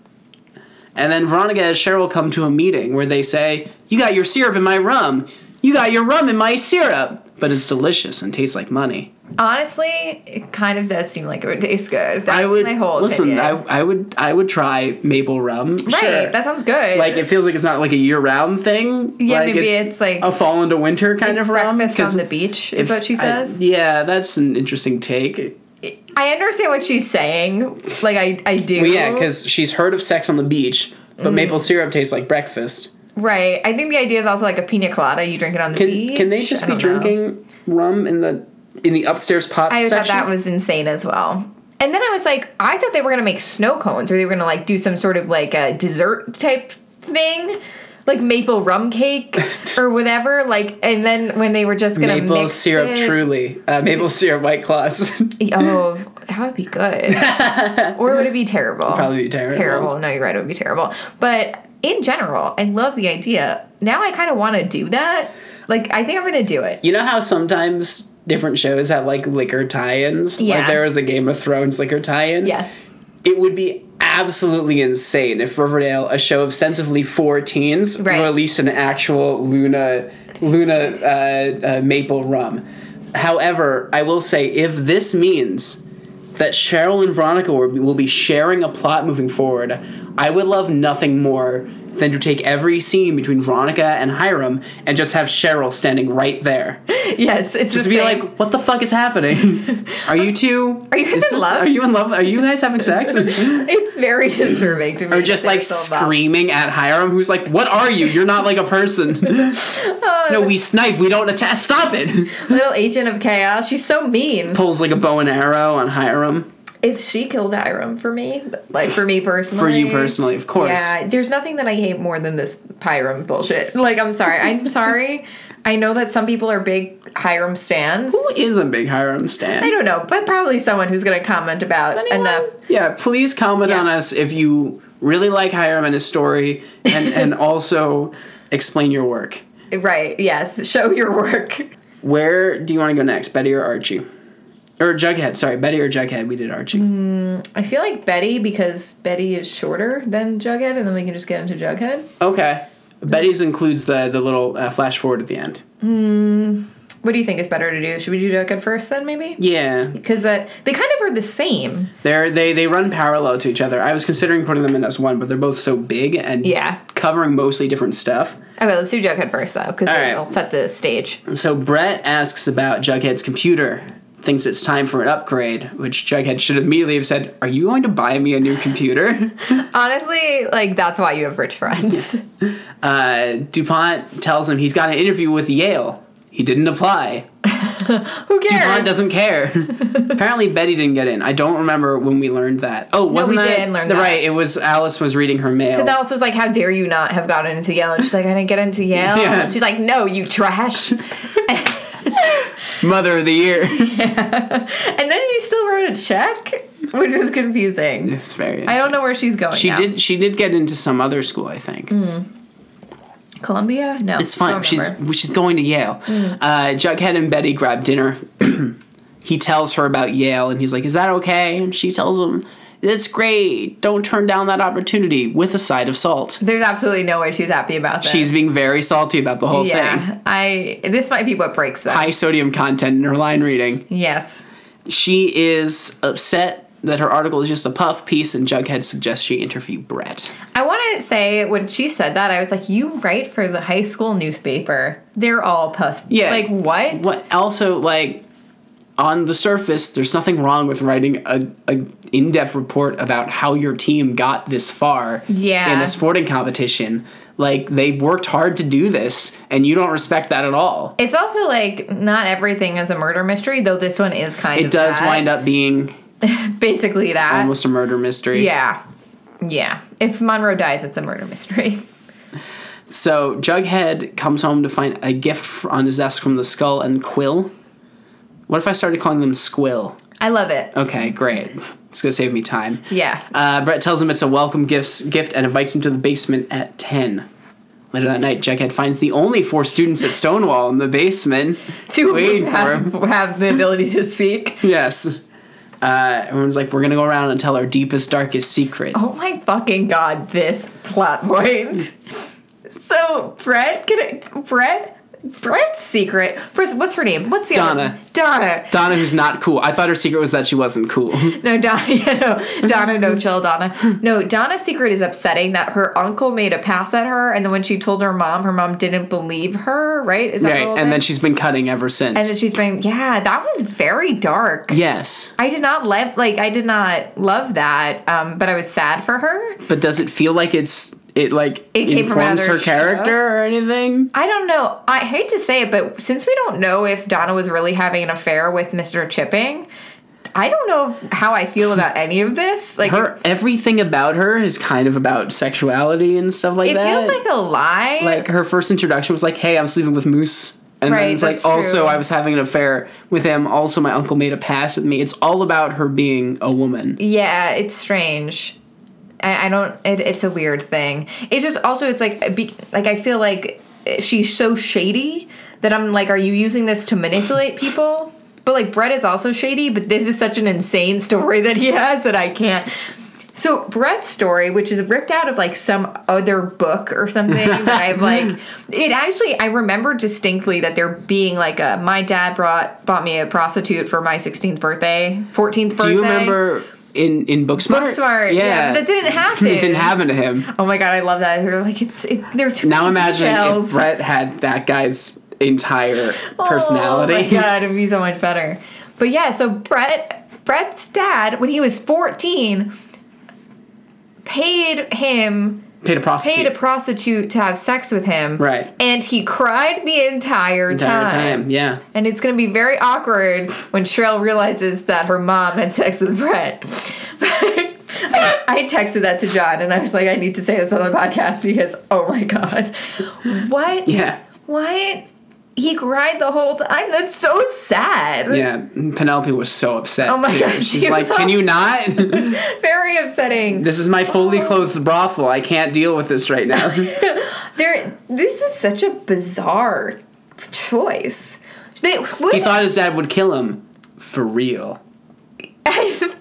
And then Veronica and Cheryl come to a meeting where they say, You got your syrup in my rum. You got your rum in my syrup. But it's delicious and tastes like money. Honestly, it kind of does seem like it would taste good. That's I would my whole listen. opinion. I, I would I would try maple rum. right, sure. that sounds good. like it feels like it's not like a year round thing. Yeah, like maybe it's like- a fall into winter kind it's of rum. breakfast 'cause on the beach is what she I- says. yeah, that's an interesting take. I understand what she's saying. Like I, I do. Well, yeah, because she's heard of sex on the beach, but Mm. maple syrup tastes like breakfast. right. I think the idea is also like a pina colada. You drink it on the Can, beach. can they just I be don't know. drinking rum in the in the upstairs pop I section? thought that was insane as well. And then I was like, I thought they were gonna make snow cones, or they were gonna like do some sort of like a dessert type thing, like maple rum cake or whatever. Like, and then when they were just gonna maple mix syrup it- truly uh, maple syrup white claws Oh, that would be good. or would it be terrible? probably be terrible. Terrible. No, you're right. It would be terrible. But in general, I love the idea. Now I kind of want to do that. Like, I think I'm going to do it. you know how sometimes different shows have like liquor tie-ins like Yeah. there was a game of thrones liquor tie-in Yes. it would be absolutely insane if riverdale a show ostensibly for teens Right. released an actual luna luna uh, uh, maple rum however i will say if this means that Cheryl and Veronica will be- will be sharing a plot moving forward, I would love nothing more than to take every scene between Veronica and Hiram and just have Cheryl standing right there. Yes, it's Just the be same. like, what the fuck is happening? Are you two? Are you guys is in love? Are you in love? Are you guys having sex? it's very disturbing to me. or to just think like so about. screaming at Hiram, who's like, "What are you? You're not like a person." no, we snipe. We don't attack. Stop it! Little agent of chaos. She's so mean. Pulls like a bow and arrow on Hiram If she killed Hiram for me, like for me personally, for you personally, of course. Yeah, there's nothing that I hate more than this Hiram bullshit. Like, I'm sorry. I'm sorry. I know that some people are big Hiram stands. Who is a big Hiram stan? I don't know, but probably someone who's going to comment about Anyone? enough. Yeah, please comment Yeah. on us if you really like Hiram and his story, and and also explain your work. Right, yes. Show your work. Where do you want to go next, Betty or Archie? Or Jughead, sorry, Betty or Jughead. We did Archie. Mm. I feel like Betty, because Betty is shorter than Jughead, and then we can just get into Jughead. Okay, Betty's includes the the little uh, flash forward at the end. What do you think is better to do? Should we do Jughead first then, maybe? Yeah, Because that they kind of are the same. They're they they run parallel to each other. I was considering putting them in as one, but they're both so big and Yeah. covering mostly different stuff. Okay, let's do Jughead first though, because All right. it'll set the stage. So Brett asks about Jughead's computer, thinks it's time for an upgrade, which Jughead should immediately have said, "Are you going to buy me a new computer?" Honestly, like that's why you have rich friends. uh, Dupont tells him he's got an interview with Yale. He didn't apply. Who Dupont cares? doesn't care. Apparently, Betty didn't get in. I don't remember when we learned that. Oh, wasn't we that did learn that. right? It was Alice was reading her mail. Because Alice was like, "How dare you not have gotten into Yale?" And she's like, "I didn't get into Yale." Yeah. She's like, "No, you trash." and Mother of the year. then she still wrote a check, which was confusing. it's very. I don't know where she's going. She now. did. She did get into some other school, I think. Columbia. No, It's fine. Mm, Don't She's remember. Mm. she's going to Yale. Uh, Jughead and Betty grab dinner. he tells her about Yale, and he's like, "Is that okay?" And she tells him, "It's great. Don't turn down that opportunity." With a side of salt. There's absolutely no way she's happy about this. She's being very salty about the whole yeah. thing. I. This might be what breaks them. High sodium content in her line reading. yes. She is upset that her article is just a puff piece, and Jughead suggests she interview Brett. I want to say when she said that, I was like, "You write for the high school newspaper? They're all puss. Yeah. Like what? What also like on the surface, there's nothing wrong with writing a, a in-depth report about how your team got this far Yeah. in a sporting competition. Like they worked hard to do this, and you don't respect that at all. It's also like not everything is a murder mystery, though this one is kind of. It does that. wind up being basically that. almost a murder mystery. Yeah. Yeah. If Monroe dies, it's a murder mystery. So Jughead comes home to find a gift fr- on his desk from the Skull and Quill. What if I started calling them Squill? I love it. Okay, great. It's gonna save me time. Yeah. Uh, Brett tells him it's a welcome gifts gift and invites him to the basement at 10. Later that night, Jughead finds the only four students at Stonewall in the basement. to waiting for have, him. have the ability to speak. Yes. Uh, everyone's like, we're gonna go around and tell our deepest, darkest secret. Oh my fucking god, this plot point. So Brett can I, Brett Brett's secret. First, what's her name? What's the Donna. other Donna. Donna, who's not cool. I thought her secret was that she wasn't cool. No, Donna. Yeah, no, Donna. No, chill, Donna. No, Donna's secret is upsetting. That her uncle made a pass at her, and then when she told her mom, her mom didn't believe her. Right? Is that the right, whole and thing? then she's been cutting ever since. and then she's been yeah. That was very dark. yes. I did not love like I did not love that, um, but I was sad for her. But does it feel like it's, it like It came from informs another her character show? or anything? I don't know. I hate to say it, but since we don't know if Donna was really having an affair with Mr. Chipping, I don't know if, how I feel about any of this. Like Her, everything about her is kind of about sexuality and stuff like it, it that. feels like a lie. like her first introduction was like, "Hey, I'm sleeping with Moose," and Right, then it's like, that's true. "Also, I was having an affair with him. Also, my uncle made a pass at me." It's all about her being a woman. yeah, it's strange. I, I don't. It, it's a weird thing. It's just also it's like be, like I feel like she's so shady that I'm like, are you using this to manipulate people? But like Brett is also shady, but this is such an insane story that he has that I can't. So Brett's story, which is ripped out of like some other book or something, that I've like it actually I remember distinctly that there being like a my dad brought bought me a prostitute for my 16th birthday, 14th birthday. Do you remember in in Booksmart. Hmm, Book smart. Yeah. but that didn't happen. It didn't happen to him. Oh my god, I love that. They're like it's it, they're too Now imagine details. if Brett had that guy's entire Oh my personality. god, it'd be so much better. But yeah, so Brett Brett's dad, when he was 14, paid him paid a prostitute. paid a prostitute to have sex with him. Right. And he cried the entire, entire time. time. Yeah. And it's gonna be very awkward when Sherelle realizes that her mom had sex with Brett. I I texted that to John and I was like, I need to say this on the podcast because oh my god. What? Yeah. What? He cried the whole time. That's so sad. Yeah. And Penelope was so upset. Oh my too. God, She's she like, was Can all- you not? Very upsetting. this is my fully clothed brothel. I can't deal with this right now. There. This was such a bizarre choice. They what he if- thought his dad would kill him. For real.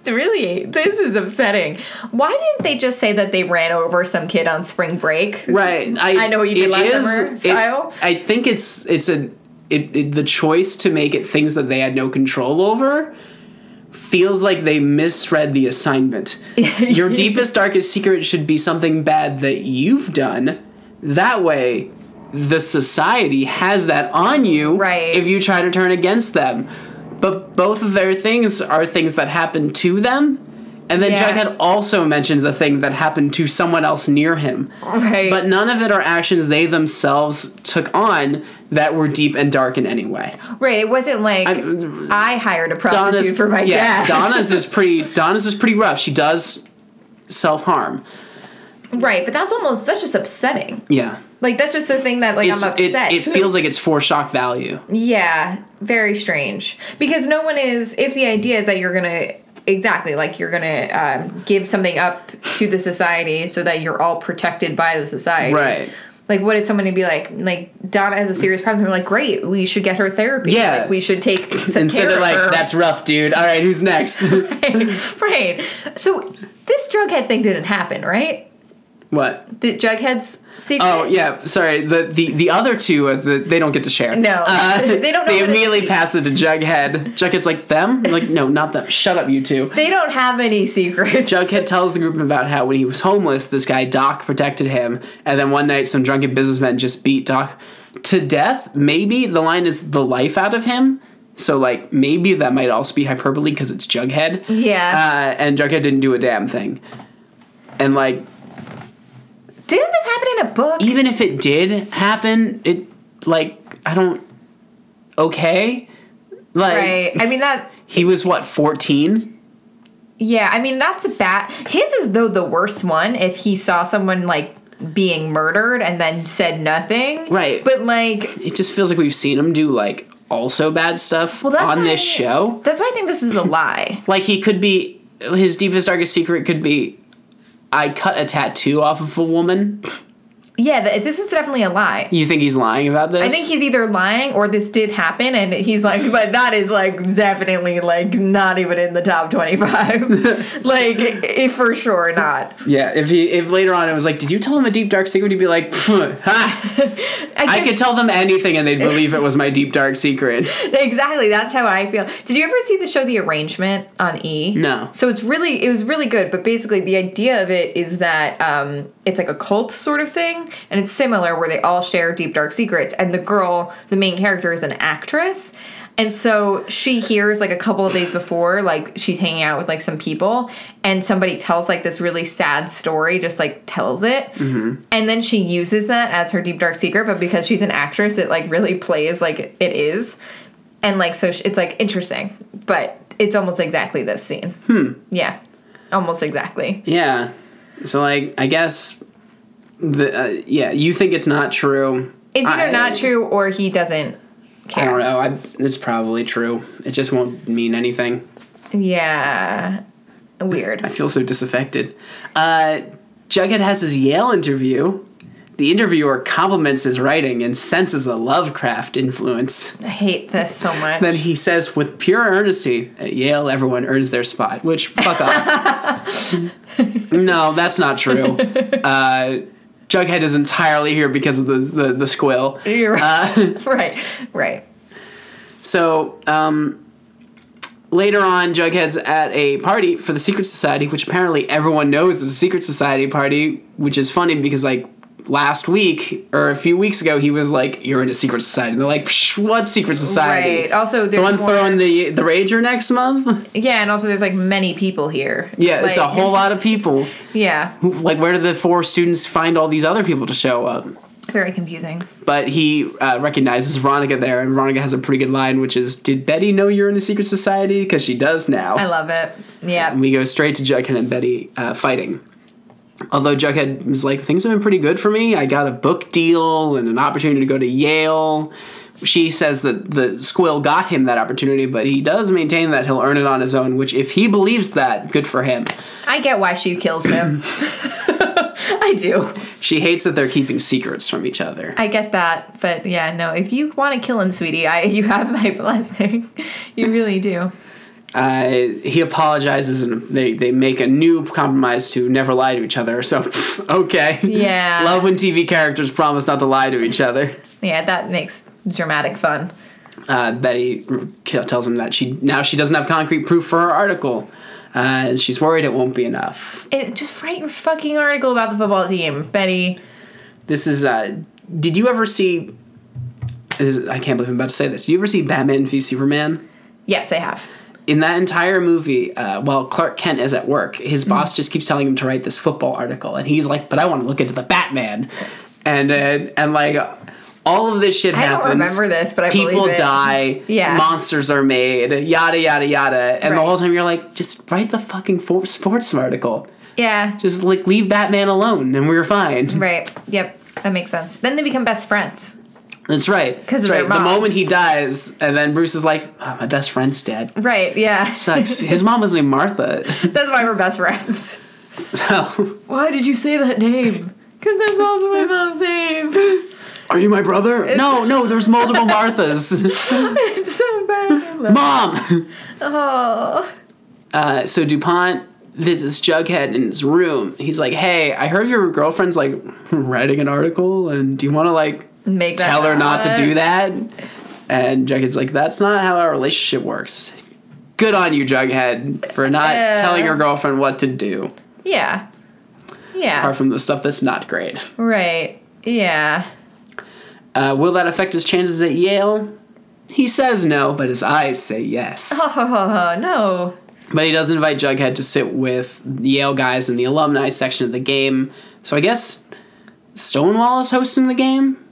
really. This is upsetting. Why didn't they just say that they ran over some kid on spring break? Right. I, I know what you did it last summer it- style. I think it's it's a it, it- the choice to make it things that they had no control over feels like they misread the assignment. Your deepest darkest secret should be something bad that you've done. That way the society has that on you Right. if you try to turn against them. But both of their things are things that happened to them. And then Yeah. Jughead also mentions a thing that happened to someone else near him. Right. But none of it are actions they themselves took on that were deep and dark in any way. right. It wasn't like I'm- i hired a prostitute for my yeah, dad. Donna's is pretty Donna's is pretty rough. She does self harm. Right. But that's almost that's just upsetting. Yeah. Like that's just a thing that like It's- I'm it, upset. it feels like it's for shock value. Yeah, very strange. Because no one is. If the idea is that you're gonna exactly like you're gonna um, give something up to the society so that you're all protected by the society, Right. Like, what is someone to be like? Like Donna has a serious problem. They're like, great, we should get her therapy. Yeah. like, we should take some Instead care of like, of her. that's rough, dude. All right, who's next? right. So this drughead thing didn't happen, right? what? The Jughead's secret. Oh yeah, sorry. The the, the other two, uh, the, they don't get to share. No. Uh, They don't know They what it immediately is. pass it to Jughead. Jughead's like them. I'm like no, not them. Shut up, you two. They don't have any secrets. Jughead tells the group about how when he was homeless, this guy Doc protected him, and then one night some drunken businessmen just beat Doc to death. Maybe the line is the life out of him. So like maybe that might also be hyperbole because it's Jughead. Uh, Yeah. and Jughead didn't do a damn thing. And like Didn't this happen in a book? even if it did happen, it like I don't okay. Like Right. I mean that he was what fourteen. Yeah, I mean that's a bad. His is though the worst one. If he saw someone like being murdered and then said nothing, Right. But like, It just feels like we've seen him do like also bad stuff well, that's on why- this show. That's why I think this is a lie. Like he could be his deepest darkest secret could be I cut a tattoo off of a woman. yeah, th- this is definitely a lie. You think he's lying about this? I think he's either lying or this did happen, and he's like, but that is like definitely like not even in the top twenty-five, like i for sure not. yeah, if he if later on it was like, did you tell him a deep dark secret? He'd be like, "Pfft, ha, I guess- could tell them anything and they'd believe it was my deep dark secret. exactly that's how i feel did you ever see the show the arrangement on e No. so it's really it was really good but basically the idea of it is that um, it's like a cult sort of thing and it's similar where they all share deep dark secrets and the girl the main character is an actress and so she hears like a couple of days before like she's hanging out with like some people and somebody tells like this really sad story just like tells it and then she uses that as her deep dark secret but because she's an actress it like really plays like it is and like so sh- it's like interesting but it's almost exactly this scene hmm yeah almost exactly Yeah. So like I guess the uh, yeah, you think it's not true. it's either I- not true or he I doesn't don't care know. I, it's probably true. It just won't mean anything. yeah I weird feel so disaffected. Uh, Jughead has his Yale interview. The interviewer compliments his writing and senses a Lovecraft influence. i hate this so much Then he says, with pure earnesty, at Yale, everyone earns their spot, which, fuck off. no, that's not true. Uh, Jughead is entirely here because of the, the, the squill. uh, You're right. right right So, um, later on, Jughead's at a party for the Secret Society, which apparently everyone knows is a Secret Society party, which is funny because, like, last week or a few weeks ago, he was like, You're in a Secret Society. And they're like, Psh, What Secret Society? Right. Also, the there's one more- throwing the, the Rager next month? Yeah, and also there's like many people here. Yeah, it's a Like, whole lot of people. Yeah, Like, where did the four students find all these other people to show up? very confusing. but he uh, recognizes Veronica there, and Veronica has a pretty good line, which is, "Did Betty know you're in a secret society? Because she does now." I love it. Yeah, and we go straight to Jughead and Betty uh, fighting. Although Jughead was like, "Things have been pretty good for me. I got a book deal and an opportunity to go to Yale." She says that the Squill got him that opportunity, but he does maintain that he'll earn it on his own. Which, if he believes that, good for him. I get why she kills him. I do. She hates that they're keeping secrets from each other. I get that, but yeah, no. If you want to kill him, sweetie, I you have my blessing. you really do. uh, he apologizes and they, they make a new compromise to never lie to each other. So, pff, okay. Yeah. Love when TV characters promise not to lie to each other. Yeah, that makes dramatic fun. Uh, Betty k- tells him that she now she doesn't have concrete proof for her article. Uh, and she's worried it won't be enough. It, just write your fucking article about the football team, Betty. This is, uh, did you ever see, this is- I can't believe I'm about to say this. Did you ever see Batman v Superman? Yes, I have. in that entire movie, uh, while Clark Kent is at work, Mm-hmm. his boss just keeps telling him to write this football article, and he's like, "But I want to look into the Batman," and and, and like all of this shit I don't happens. remember this, but I believe people it. die. Yeah. monsters are made. Yada yada yada, and the Right. whole time you're like, just write the fucking for- sports article. Yeah. Just like leave Batman alone, and we're fine. Right. Yep. That makes sense. Then they become best friends. That's right. 'Cause That's of right. their The moms. moment he dies, and then Bruce is like, oh, "My best friend's dead." Right. Yeah. Sucks. His mom was named Martha. That's why we're best friends. So, Why did you say that name? Because that's also my mom's name. Are you my brother? No, no, there's multiple Marthas. it's so bad. Mom! Oh. Uh, so DuPont visits Jughead in his room. He's like, hey, I heard your girlfriend's like writing an article, and do you want to like Make that tell her not to happen. do that? And Jughead's like, that's not how our relationship works. Good on you, Jughead, for not Yeah. telling your girlfriend what to do, Yeah. Yeah. apart from the stuff that's not great. Right. Yeah. Uh, will that affect his chances at Yale? He says no, but his eyes say yes. Oh no. But he does invite Jughead to sit with the Yale guys in the alumni section of the game. So I guess Stonewall is hosting the game?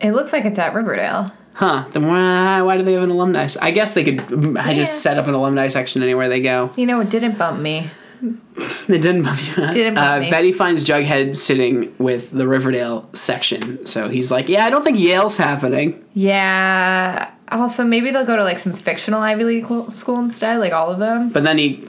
It looks like it's at Riverdale. Huh. Then why, why do they have an alumni? s- I guess they could I just Yeah. set up an alumni section anywhere they go. You know, it didn't bump me. It didn't bump you. huh? Didn't bump uh, me. Betty finds Jughead sitting with the Riverdale section. So he's like, yeah, I don't think Yale's happening. Yeah. Also, maybe they'll go to like some fictional Ivy League cl- school instead, like all of them. But then he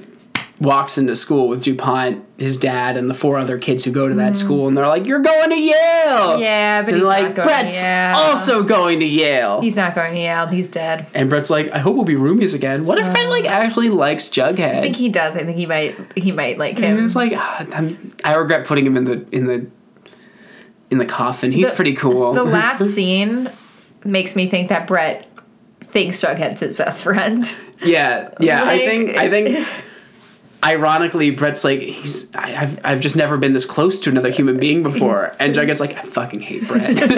walks into school with DuPont, his dad, and the four other kids who go to that school. And they're like, you're going to Yale! Mm. Yeah, but And he's Oh, like not going Brett's to Yale. also going to Yale. he's not going to Yale. He's dead. and Brett's like, I hope we'll be roomies again. What if Brett like actually likes Jughead? Uh, I think he does. I think he might. He might like him. and it's like ah, I'm, I regret putting him in the in the in the coffin. He's The- pretty cool. The last scene makes me think that Brett thinks Jughead's his best friend. yeah, yeah. I Like- think I think. Ironically, Brett's like he's I, I've I've just never been this close to another human being before, and Jughead's like I fucking hate Brett.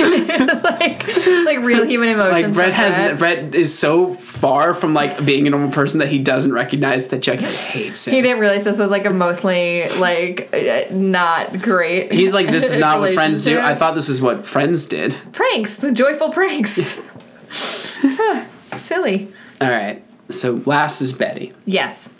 like, like real human emotions. like Brett with has Brett is so far from like being a normal person that he doesn't recognize that Jughead hates him. He didn't realize this was like emotionally like uh, not great. He's like, this is not what friends do. I relationship. thought this is what friends did. pranks, joyful pranks. Huh, Silly. All right. So last is Betty. Yes,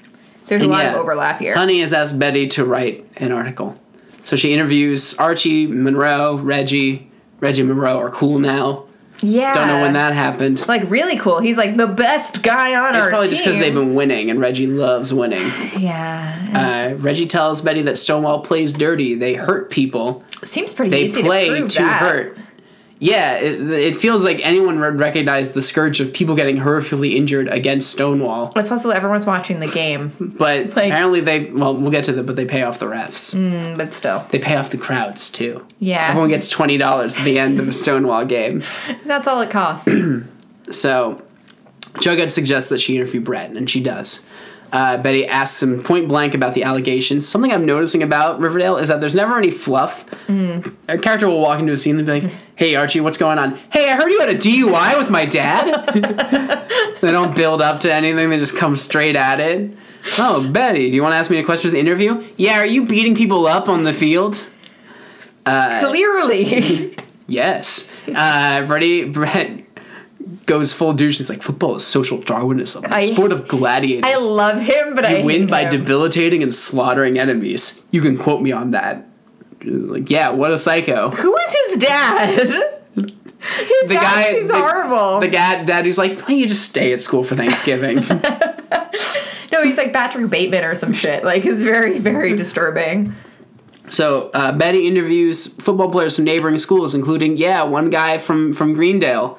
there's a And lot yeah, of overlap here. Honey has asked Betty to write an article. So she interviews Archie, Monroe, Reggie. Reggie and Monroe are cool now. yeah, Don't know when that happened. Like really cool. He's like the best guy on It's our probably team. just because they've been winning, and Reggie loves winning. Yeah, Uh, Reggie tells Betty that Stonewall plays dirty. They hurt people. seems pretty They easy play to prove that. hurt. Yeah, it, it feels like anyone would recognize the scourge of people getting horrifically injured against Stonewall. It's also everyone's watching the game, But Like- apparently they well, we'll get to them, but they pay off the refs. Mm, but still. They pay off the crowds too. Yeah. Everyone gets twenty dollars at the end of a Stonewall game. That's all it costs. So Jughead suggests that she interview Brett, and she does. Uh, Betty asks him point blank about the allegations. Something I'm noticing about Riverdale is that there's never any fluff. A character will walk into a scene and be like, "Hey Archie, what's going on? Hey, I heard you had a DUI with my dad." they don't build up to anything; they just come straight at it. Oh, Betty, do you want to ask me a question with the interview? Yeah, are you beating people up on the field? Clearly. Yes. Uh, Brady Brett goes full douche. He's like, football is social Darwinism, a I- sport of gladiators. I love him, but I you win hate by him. debilitating and slaughtering enemies. You can quote me on that. Like, yeah, what a psycho. Who is his dad? His The dad guy seems the, horrible. The guy, dad who's like, why don't you just stay at school for Thanksgiving? no, he's like Patrick Bateman or some shit. Like it's very, very disturbing. so uh, Betty interviews football players from neighboring schools, including, yeah, one guy from, from Greendale,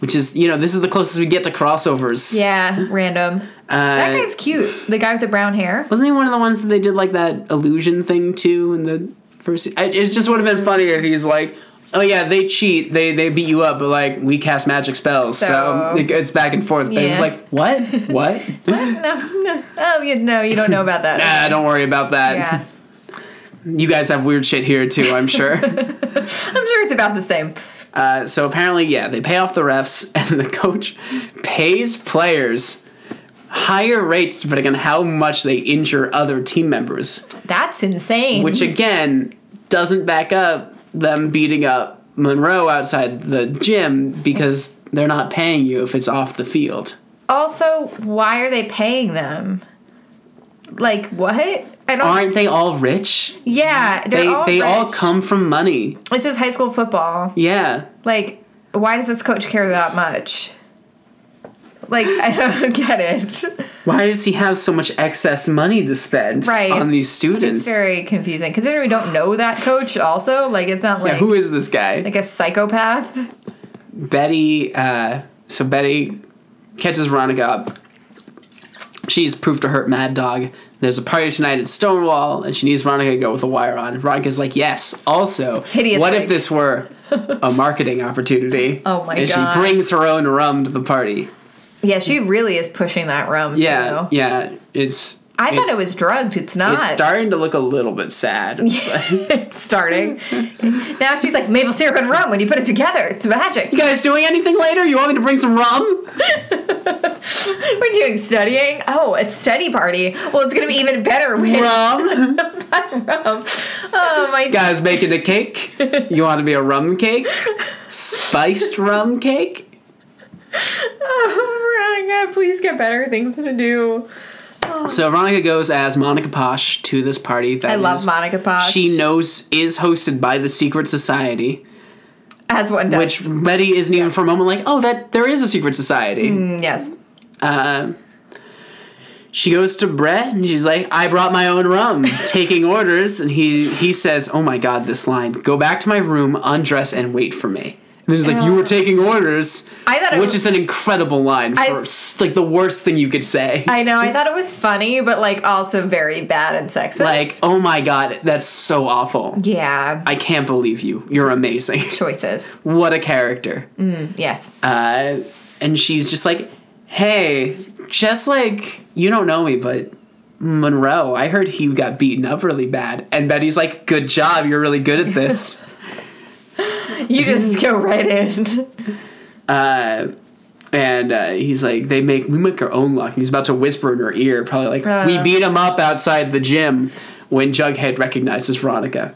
which is, you know, this is the closest we get to crossovers. Yeah, random. that Uh, guy's cute. The guy with the brown hair. Wasn't he one of the ones that they did like that illusion thing to in the first? se- I, it just would have been funnier if he's like, "Oh yeah, they cheat, they they beat you up, but like we cast magic spells, so, So- it, it's back and forth." But it was Yeah. like, "What? What? No, no. Oh, yeah, no, you don't know about that. nah, don't worry about that. Yeah, You guys have weird shit here too, I'm sure." I'm sure it's about the same. Uh, so apparently, yeah, they pay off the refs, and the coach pays players higher rates depending on how much they injure other team members. That's insane. which again doesn't back up them beating up Monroe outside the gym because they're not paying you if it's off the field. also, why are they paying them? Like what? I don't. Aren't they all rich? yeah, they're They all. they all rich. come from money. This is high school football. Yeah. Like, why does this coach care that much? Like, I don't get it. Why does he have so much excess money to spend Right. on these students? It's very confusing. Considering we don't know that coach, also, like, it's not like yeah, who is this guy? like a psychopath. Betty, uh, so Betty catches Veronica up. She's proof to hurt Mad Dog. There's a party tonight at Stonewall, and she needs Veronica to go with a wire on. Veronica's like, yes. Also, Hideous what if wig. this were a marketing opportunity? Oh my and God. she brings her own rum to the party. Yeah, she really is pushing that rum. Yeah, through. yeah. It's. I thought it's- it was drugged. It's not. It's starting to look a little bit sad. it's starting. now she's like maple syrup and rum. When you put it together, it's magic. you guys doing anything later? You want me to bring some rum? We're doing studying. Oh, a study party. Well, it's gonna be even better with Rum. rum. Oh my god. guys making a cake. You want to be a rum cake? Spiced rum cake? Oh, Veronica, please get better things to do. So Veronica goes as Monica Posh to this party that I love is- Monica Posh. She knows is hosted by the Secret Society, as one does. which Betty isn't even for a moment like, oh, that there is a Secret Society. Mm, yes. Uh, she goes to Brett and she's like, I brought my own rum, taking orders. And he, he says, Oh my God, this line go back to my room, undress, and wait for me. And then he's like, You were taking orders. I thought it Which is was- an incredible line I- for s- like the worst thing you could say. I know. I thought it was funny, but like also very bad and sexist. like, oh my God, that's so awful. yeah, I can't believe you. You're amazing. choices. what a character. Mm. Yes. Uh, and she's just like, hey, just like, you don't know me, but Monroe, I heard he got beaten up really bad. And Betty's like, good job, you're really good at this. You just go right in. uh, and uh, he's like, they make, we make our own luck. And he's about to whisper in her ear, probably like, we Uh. beat him up outside the gym when Jughead recognizes Veronica.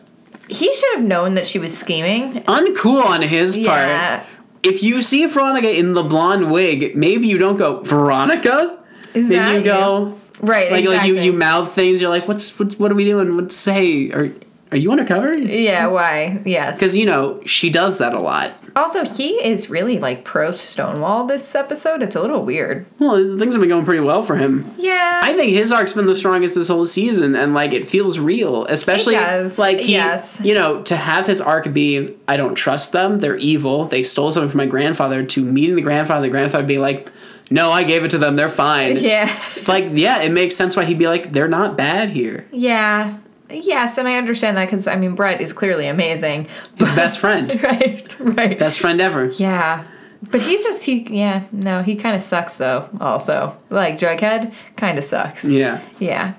He should have known that she was scheming. Uncool on his Yeah. part. If you see Veronica in the blonde wig, maybe you don't go, Veronica? Is Then that you go, right? like, exactly. like you, you mouth things. You're like, what's, what's what are we doing? What's hey? Are are you undercover? yeah. Why? Yes. Because you know she does that a lot. Also, he is really like pro Stonewall this episode. It's a little weird. Well, things have been going pretty well for him. Yeah. I think his arc's been the strongest this whole season, and like it feels real, especially does, like he, yes. you know, to have his arc be, I don't trust them. They're evil. They stole something from my grandfather. To meeting the grandfather, the grandfather being like, No, I gave it to them. They're fine. yeah. Like, yeah, it makes sense why he'd be like, They're not bad here. Yeah. Yes, and I understand that because I mean Brett is clearly amazing. His best friend, right. Right. best friend ever. yeah. But he's just he yeah no he kind of sucks though also like Jughead kind of sucks Yeah. yeah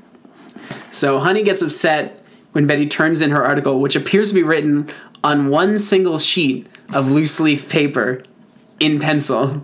So Honey gets upset when Betty turns in her article, which appears to be written on one single sheet of loose leaf paper in pencil.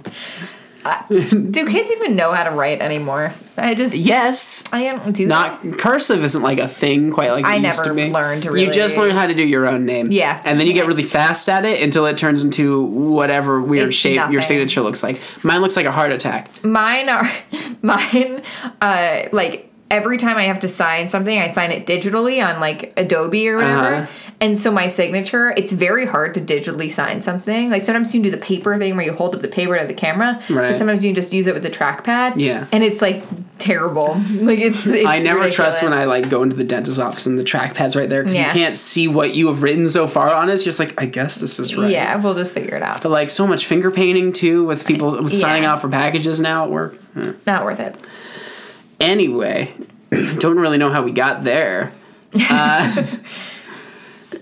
do kids even know how to write anymore I just Yes. I don't do Not cursive isn't like a thing quite like it I used never to be. learned to You really- just learn how to do your own name. Yeah. And then you get really fast at it until it turns into whatever weird It's shape your nothing. signature looks like. Mine looks like a heart attack. mine are mine uh like every time i have to sign something i sign it digitally on like adobe or whatever Uh-huh. and so my signature it's very hard to digitally sign something like sometimes you can do the paper thing where you hold up the paper to the camera Right. but sometimes you can just use it with the trackpad Yeah. and it's like terrible like it's, it's I never trust when ridiculous. I like go into the dentist's office and the trackpad's right there because you Yeah. can't see what you have written so far on it. It's just like I guess this is right. yeah we'll just figure it out But like so much finger painting too with people with signing Yeah. out for packages now at work. not worth it Anyway, don't really know how we got there.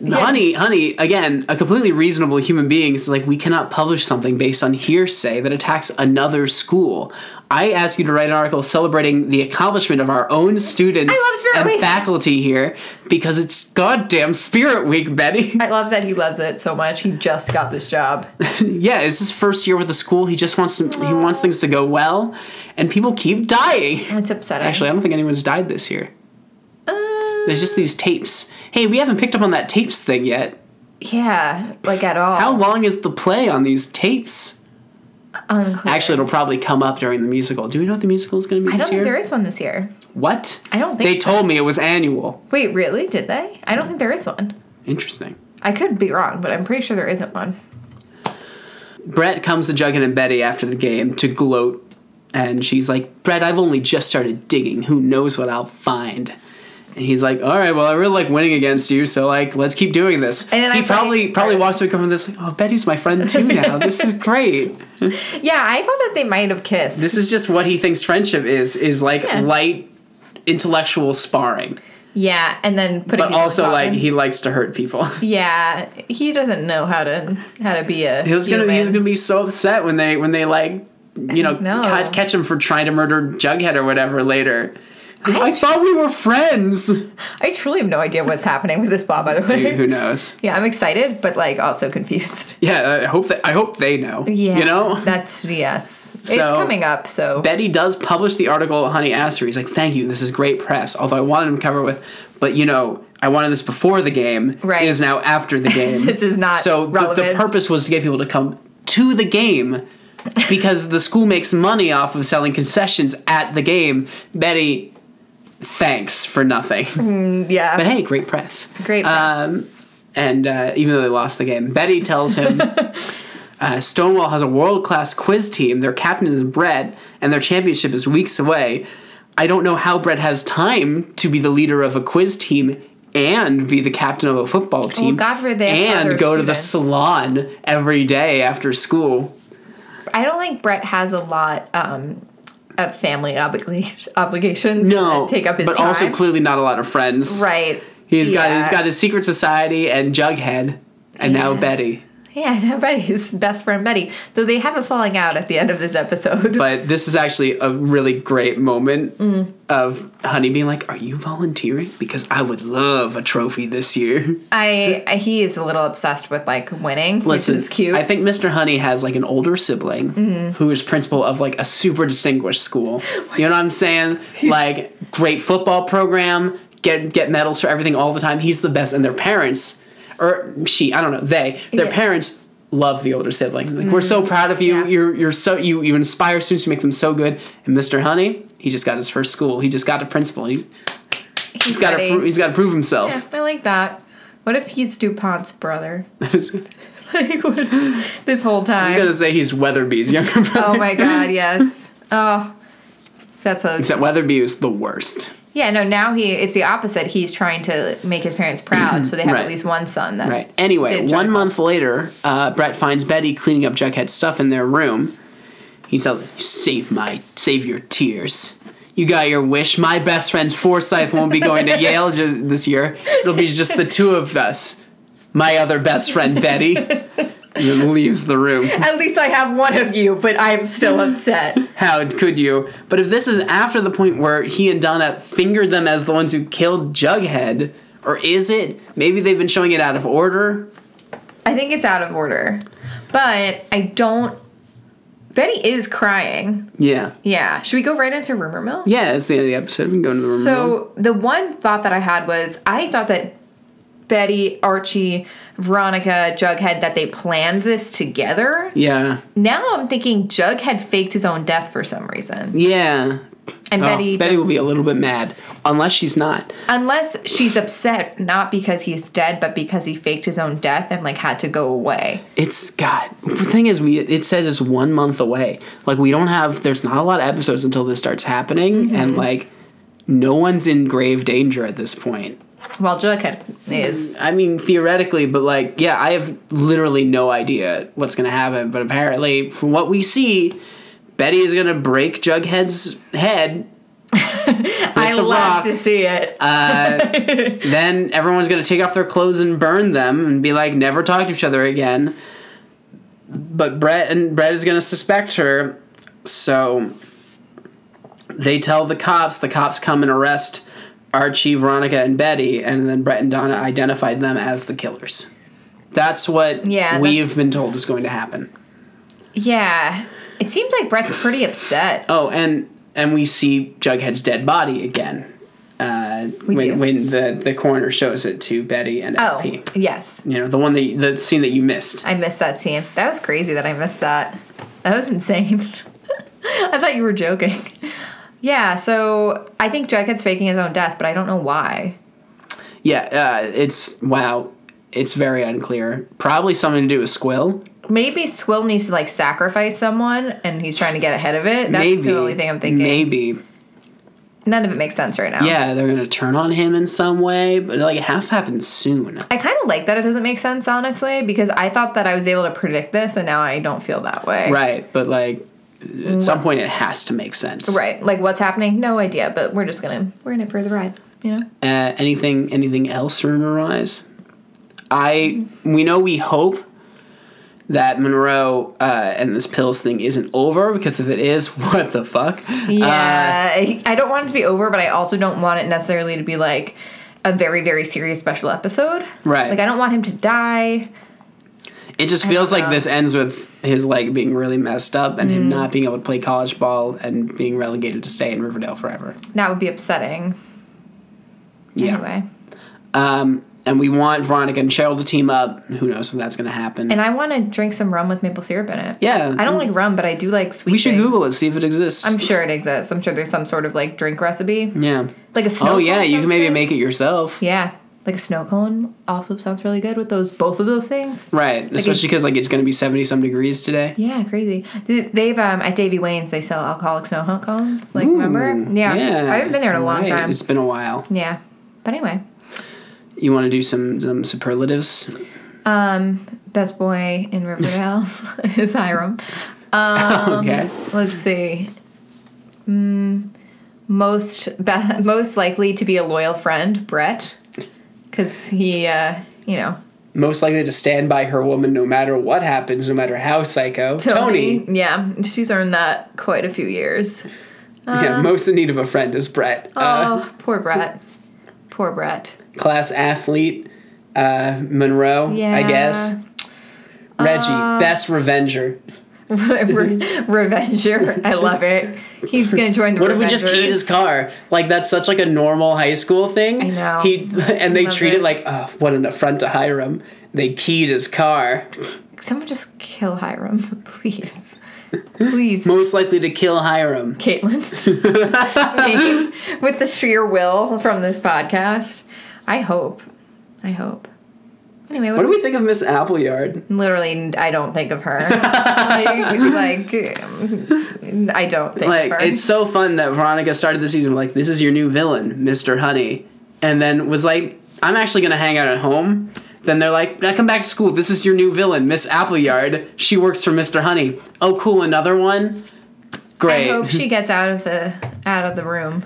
Uh, Honey, honey, again, a completely reasonable human being is like, we cannot publish something based on hearsay that attacks another school. I ask you to write an article celebrating the accomplishment of our own students I love Spirit and Week. faculty here because it's goddamn Spirit Week, Betty. i love that he loves it so much he just got this job yeah, it's his first year with the school. He just wants to, he wants things to go well, and people keep dying. it's upsetting Actually, I don't think anyone's died this year. uh, There's just these tapes. Hey, we haven't picked up on that tapes thing yet. yeah like at all How long is the play on these tapes? Unclear. Actually, it'll probably come up during the musical. Do we know what the musical is going to be I this don't think year? there is one this year. What? I don't think They so. told me it was annual. Wait, really? Did they? I don't think there is one. Interesting. I could be wrong, but I'm pretty sure there isn't one. Brett comes to Jughead and Betty after the game to gloat, and she's like, Brett, I've only just started digging. Who knows what I'll find? And he's like, All right, well, I really like winning against you, so like, let's keep doing this. And then he I play- probably probably walks away from this like, Oh, Betty's my friend too now. this is great. Yeah, I thought that they might have kissed. This is just what he thinks friendship is is like Yeah. light intellectual sparring, yeah, and then but putting. people in also like he coffins. likes to hurt people. Yeah, he doesn't know how to how to be a. He's gonna he's human. gonna be so upset when they when they like you know know. ca- catch him for trying to murder Jughead or whatever later. Like, I, I- thought we were friends. Dude, I truly have no idea what's happening with this Bob. By the way, who knows? yeah, I'm excited, but like also confused. Yeah, I hope that I hope they know. Yeah, you know. that's yes. So- it's coming up, so Betty does publish the article Honey asked her. He's like, thank you, this is great press. Although I wanted him to cover it with, but you know, I wanted this before the game. Right. It is now after the game. This is not So the, the relevant. purpose was to get people to come to the game because the school makes money off of selling concessions at the game. Betty, thanks for nothing. yeah. But hey, great press. Mm-hmm. Great press. Um, and uh, even though they lost the game, Betty tells him uh, Stonewall has a world class quiz team. Their captain is Brett, and their championship is weeks away. I don't know how Brett has time to be the leader of a quiz team and be the captain of a football team God forbid they have and other go to the students. salon every day after school. I don't think Brett has a lot um, of family obli- obligations. No, that Uh, take up his but time. also clearly not a lot of friends. right. He's got Yeah. he's got his secret society and Jughead, and now Betty. Yeah, no, Betty's best friend Betty. Though they have a falling out at the end of this episode. but this is actually a really great moment of Honey being like, "Are you volunteering? Because I would love a trophy this year." I, I he is a little obsessed with like winning, Listen, which is cute. Mm-hmm. I think Mr. Honey has like an older sibling who is principal of like a super distinguished school. Oh You know what I'm saying? like great football program, get get medals for everything all the time. He's the best, and their parents or she, I don't know, they, their Yeah. Mm-hmm. parents love the older sibling. Like we're so proud of you. Yeah. You're you're so you you inspire students to make them so good. And Mr. Honey, he just got his first school. He just got to principal. He, he's he's got to pro- he's got to prove himself. yeah, I like that. What if he's Dupont's brother? like what, this whole I time. was gonna say he's Weatherby's younger brother. oh my god, yes. Oh, that's a Except Weatherby is the worst. yeah. No, now he it's the opposite. He's trying to make his parents proud, so they have Right. at least one son. That Right. Anyway, did one Jughead. month later, uh, Brett finds Betty cleaning up Jughead's stuff in their room. He tells her, "Save my, save your tears. You got your wish. My best friend Forsyth won't be going to Yale just this year. It'll be just the two of us. My other best friend Betty. and then leaves the room. At least I have one of you, but I'm still upset. How could you? But if this is after the point where he and Donna fingered them as the ones who killed Jughead, or is it? Maybe they've been showing it out of order. I think it's out of order. But I don't. Betty is crying. Yeah. Yeah. Should we go right into rumor mill? Yeah, it's the end of the episode. We can go into the room. So the one thought that I had was I thought that Betty, Archie, Veronica, Jughead that they planned this together. Yeah. Now I'm thinking Jughead faked his own death for some reason. Yeah. And Oh, Betty Betty will be a little bit mad. Unless she's not. unless she's upset not because he's dead but because he faked his own death and like had to go away. It's God. The thing is, we it said it's one month away. Like we don't have. There's not a lot of episodes until this starts happening, Mm-hmm. and like no one's in grave danger at this point. Well, Jughead is I mean, theoretically, but like, yeah, I have literally no idea what's gonna happen. But apparently, from what we see, Betty is gonna break Jughead's head. Mm. I the love rock. to see it. Then everyone's gonna take off their clothes and burn them, and be like, never talk to each other again. But Brett and Brett is gonna suspect her, so they tell the cops. The cops come and arrest Archie, Veronica, and Betty, and then Brett and Donna identified them as the killers. That's what Yeah, we've that's- been told is going to happen. yeah. It seems like Brett's pretty upset. Oh, and and we see Jughead's dead body again. Uh, We when do. when the the coroner shows it to Betty and Oh, FP. yes. You know the one that the scene that you missed. I missed that scene. That was crazy that I missed that. That was insane. I thought you were joking. Yeah, so I think Jughead's faking his own death, but I don't know why. Yeah, uh, it's wow. It's very unclear. Probably something to do with Squill. Maybe Squill needs to like sacrifice someone and he's trying to get ahead of it. That's maybe the only thing I'm thinking. Maybe. None of it makes sense right now. Yeah, they're gonna turn on him in some way, but like it has to happen soon. I kind of like that it doesn't make sense, honestly, because I thought that I was able to predict this and now I don't feel that way. Right, but like at some point it has to make sense. Right. Like what's happening? No idea, but we're just gonna we're in it for the ride, you know? Uh, anything anything else rumor wise? I we know we hope that Monroe uh, and this pills thing isn't over because if it is, what the fuck? Yeah, Uh, I- I don't want it to be over, but I also don't want it necessarily to be like a very very serious special episode. Right. Like I don't want him to die. It just feels like know. Mm-hmm. this ends with his leg being really messed up and him not being able to play college ball and being relegated to stay in Riverdale forever. That would be upsetting. Yeah. Anyway, Um, and we want Veronica and Cheryl to team up. Who knows if that's going to happen? and I want to drink some rum with maple syrup in it. yeah, I don't like rum, but I do like sweet. We should things. Google it, see if it exists. I'm sure it exists. I'm sure there's some sort of like drink recipe, yeah. like a snow. Oh yeah, cone you can sounds maybe good. make it yourself. Yeah, like a snow cone also sounds really good with those both of those things. Right, especially because like it's going to be seventy some degrees today. Yeah, crazy. Th- They've um at Davy Wayne's they sell alcoholic snow hot cones. Like remember? Ooh, Yeah. I haven't been there in a long Right, time. It's been a while. Yeah. But anyway, You want to do some some superlatives? um, best boy in Riverdale is Hiram. Um, okay. Let's see. Mm, most be- most likely to be a loyal friend, Brett, because he, uh, you know, Most likely to stand by her woman no matter what happens, no matter how psycho. Tony. Yeah, she's earned that quite a few years. Uh-huh. yeah, most in need of a friend is Brett. Uh, oh, poor Brett. Poor Brett. class athlete, uh, Monroe, I Yeah. Uh, guess. Reggie, best revenger. Re- Revenger. I love it. He's gonna join the. What if we just keyed Revengers. his car? Like that's such like a normal high school thing. I know. He and they Love treat it, it. like, oh, what an affront to Hiram. They keyed his car. Someone just kill Hiram, please. Please. Most likely to kill Hiram. Caitlin. Me, With the sheer will from this podcast. I hope. I hope. Anyway, what, What do we think of Miss Appleyard? literally, I don't think of her. like, like, um, I don't think Like of her. it's so fun that Veronica started the season like, this is your new villain, Mr. Honey, and then was like, I'm actually gonna hang out at home. Then they're like, I come back to school. This is your new villain, Miss Appleyard. She works for Mr. Honey. Oh, cool, another one. I Great. hope she gets out of the out of the room.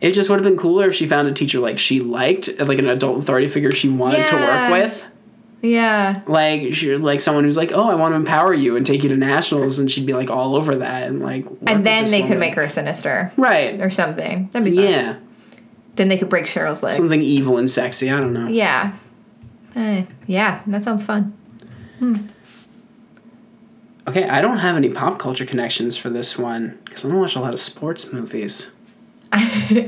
It just would have been cooler if she found a teacher like she liked, like an adult authority figure she wanted to Yeah. work with. Yeah. Like she, like someone who's like, oh, I want to empower you and take you to nationals, and she'd be like all over that and like. work with And then this they could woman. make her sinister right. or something. That'd be fun. Yeah, Then they could break Cheryl's legs. something evil and sexy. I don't know. Yeah. Eh, yeah, that sounds fun. Okay, I don't have any pop culture connections for this one because I don't watch a lot of sports movies.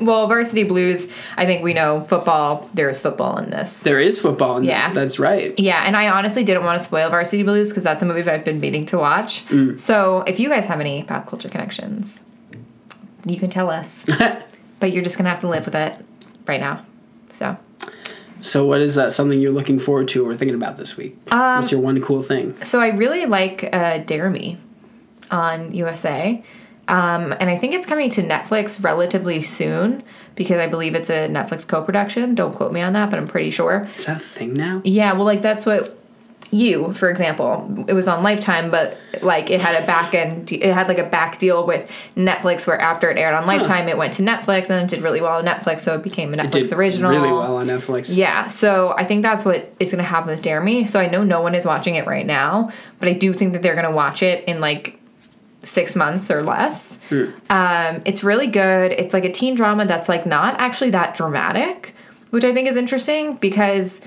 well, Varsity Blues, I think we know football. There is football in this. There is football in Yeah. this. That's right. Yeah, and I honestly didn't want to spoil Varsity Blues because that's a movie I've been meaning to watch. Mm. So if you guys have any pop culture connections, you can tell us. but you're just gonna have to live with it right now. So So, what is uh, something you're looking forward to or thinking about this week? What's Um, your one cool thing? so I really like uh, Dare Me on USA. Um, and I think it's coming to Netflix relatively soon because I believe it's a Netflix co production. Don't quote me on that, but I'm pretty sure. Is that a thing now? Yeah, well, like that's what you, for example, it was on Lifetime, but like it had a back end, it had like a back deal with Netflix, where after it aired on Lifetime, it went to Netflix and it did really well on Netflix, so it became a Netflix original. really well on Netflix. Yeah, so I think that's what is going to happen with Dare Me. So I know no one is watching it right now, but I do think that they're going to watch it in like six months or less. Um, it's really good. It's like a teen drama that's like not actually that dramatic, which I think is interesting because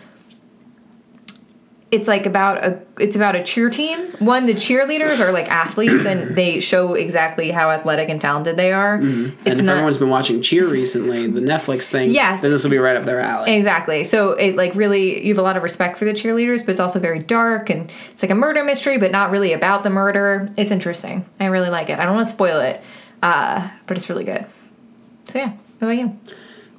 it's like about a it's about a cheer team. One, the cheerleaders are like athletes and they show exactly how athletic and talented they are. Mm-hmm. and It's if not everyone's been watching Cheer recently, the Netflix thing, Yes. then this will be right up their alley. Exactly. So it like really you have a lot of respect for the cheerleaders, but it's also very dark and it's like a murder mystery, but not really about the murder. It's interesting. I really like it. I don't want to spoil it, uh, but it's really good. So yeah. What about you?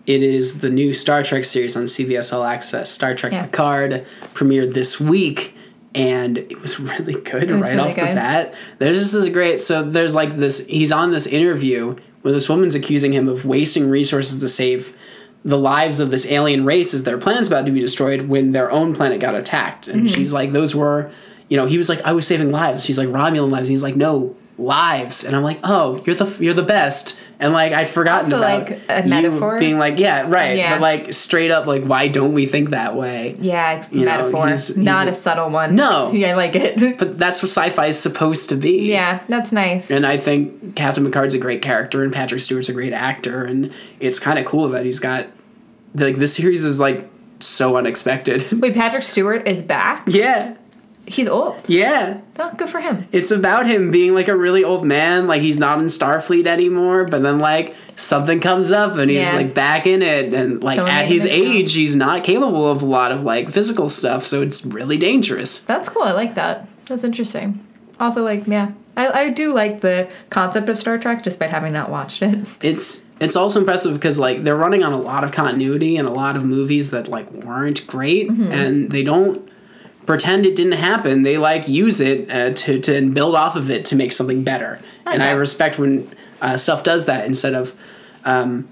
It is the new Star Trek series on CBS All Access. Star Trek Yeah. Picard premiered this week, and it was really good was right really off the good. bat. There's just this great. So there's like this. He's on this interview where this woman's accusing him of wasting resources to save the lives of this alien race as their planet's about to be destroyed when their own planet got attacked. And Mm-hmm. she's like, "Those were, you know." He was like, "I was saving lives." She's like, "Romulan lives." And he's like, "No." lives and i'm like oh you're the you're the best and like i'd forgotten Also, about like, a you metaphor? being like yeah right Yeah. but like straight up like why don't we think that way Yeah, it's You know, metaphor. he's- he's not a- a, subtle one. No. Yeah, I like it. but that's what sci-fi is supposed to be yeah, that's nice. and i think captain picard's a great character and patrick stewart's a great actor and it's kind of cool that he's got like this series is like so unexpected Wait, Patrick Stewart is back. yeah He's old. yeah Oh, good for him. it's about him being like a really old man like he's not in starfleet anymore but then like something comes up and he's Yeah. like back in it and like Someone at made his him a age he's not capable of a lot of like physical stuff so it's really dangerous That's cool. I like that. That's interesting. Also, like, yeah, I, I do like the concept of Star Trek, despite having not watched it. it's it's also impressive because like they're running on a lot of continuity and a lot of movies that like weren't great Mm-hmm. and they don't pretend it didn't happen they like use it uh, to to build off of it to make something better and i Okay. respect when uh, stuff does that instead of um,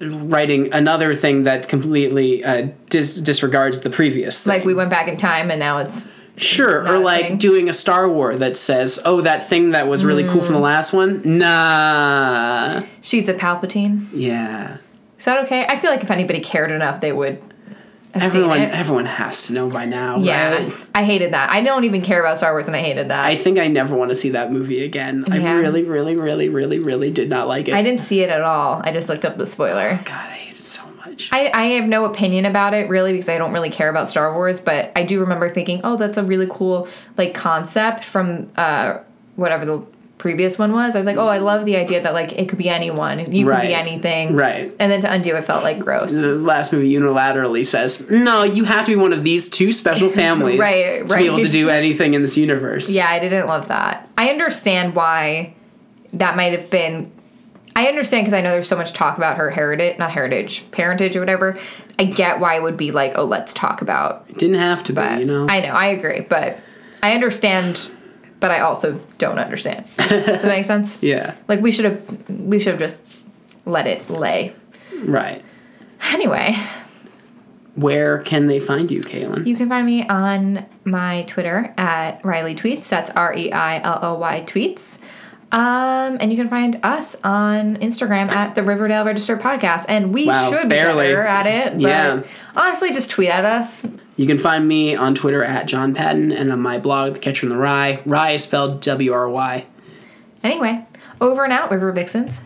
writing another thing that completely uh, dis- disregards the previous thing like we went back in time and now it's Sure, or that like thing. doing a Star War that says, "Oh, that thing that was really cool from Mm. the last one." Nah, she's a Palpatine. yeah. Is that okay? I feel like if anybody cared enough, they would. Have Everyone, seen it. everyone has to know by now. yeah, right? I hated that. I don't even care about Star Wars, and I hated that. I I, think I never want to see that movie again. I Yeah. really, really, really, really, really did not like it. didn't see it at all. I just looked up the spoiler. God, I hate it so much. I, I have no opinion about it really because I don't really care about Star Wars, but I do remember thinking, oh, that's a really cool like concept from uh, whatever the previous one was. I was like, oh, I love the idea that like it could be anyone, you could Right. be anything, Right. And then to undo it felt like gross. the last movie unilaterally says, "No, you have to be one of these two special families Right, to be able to right. do anything in this universe." Yeah, I didn't love that. I understand why that might have been. I understand because I know there's so much talk about her heritage, not heritage, parentage or whatever. I get why it would be like, oh, let's talk about. didn't have to be, But you know. I know, I agree, but I understand, but I also don't understand. Does that make sense? yeah, Like we should have, we should have just let it lay. right. Anyway, Where can they find you, Kaylin? You can find me on my Twitter at Riley Tweets. That's R E I L O Y Tweets. Um, and you can find us on Instagram at the Riverdale Register Podcast. And we Wow, should be barely. better at it. But Yeah. Honestly, just tweet at us. You can find me on Twitter at John Patton and on my blog, The Catcher in the Rye. Rye is spelled W R Y. Anyway, over and out, River Vixens.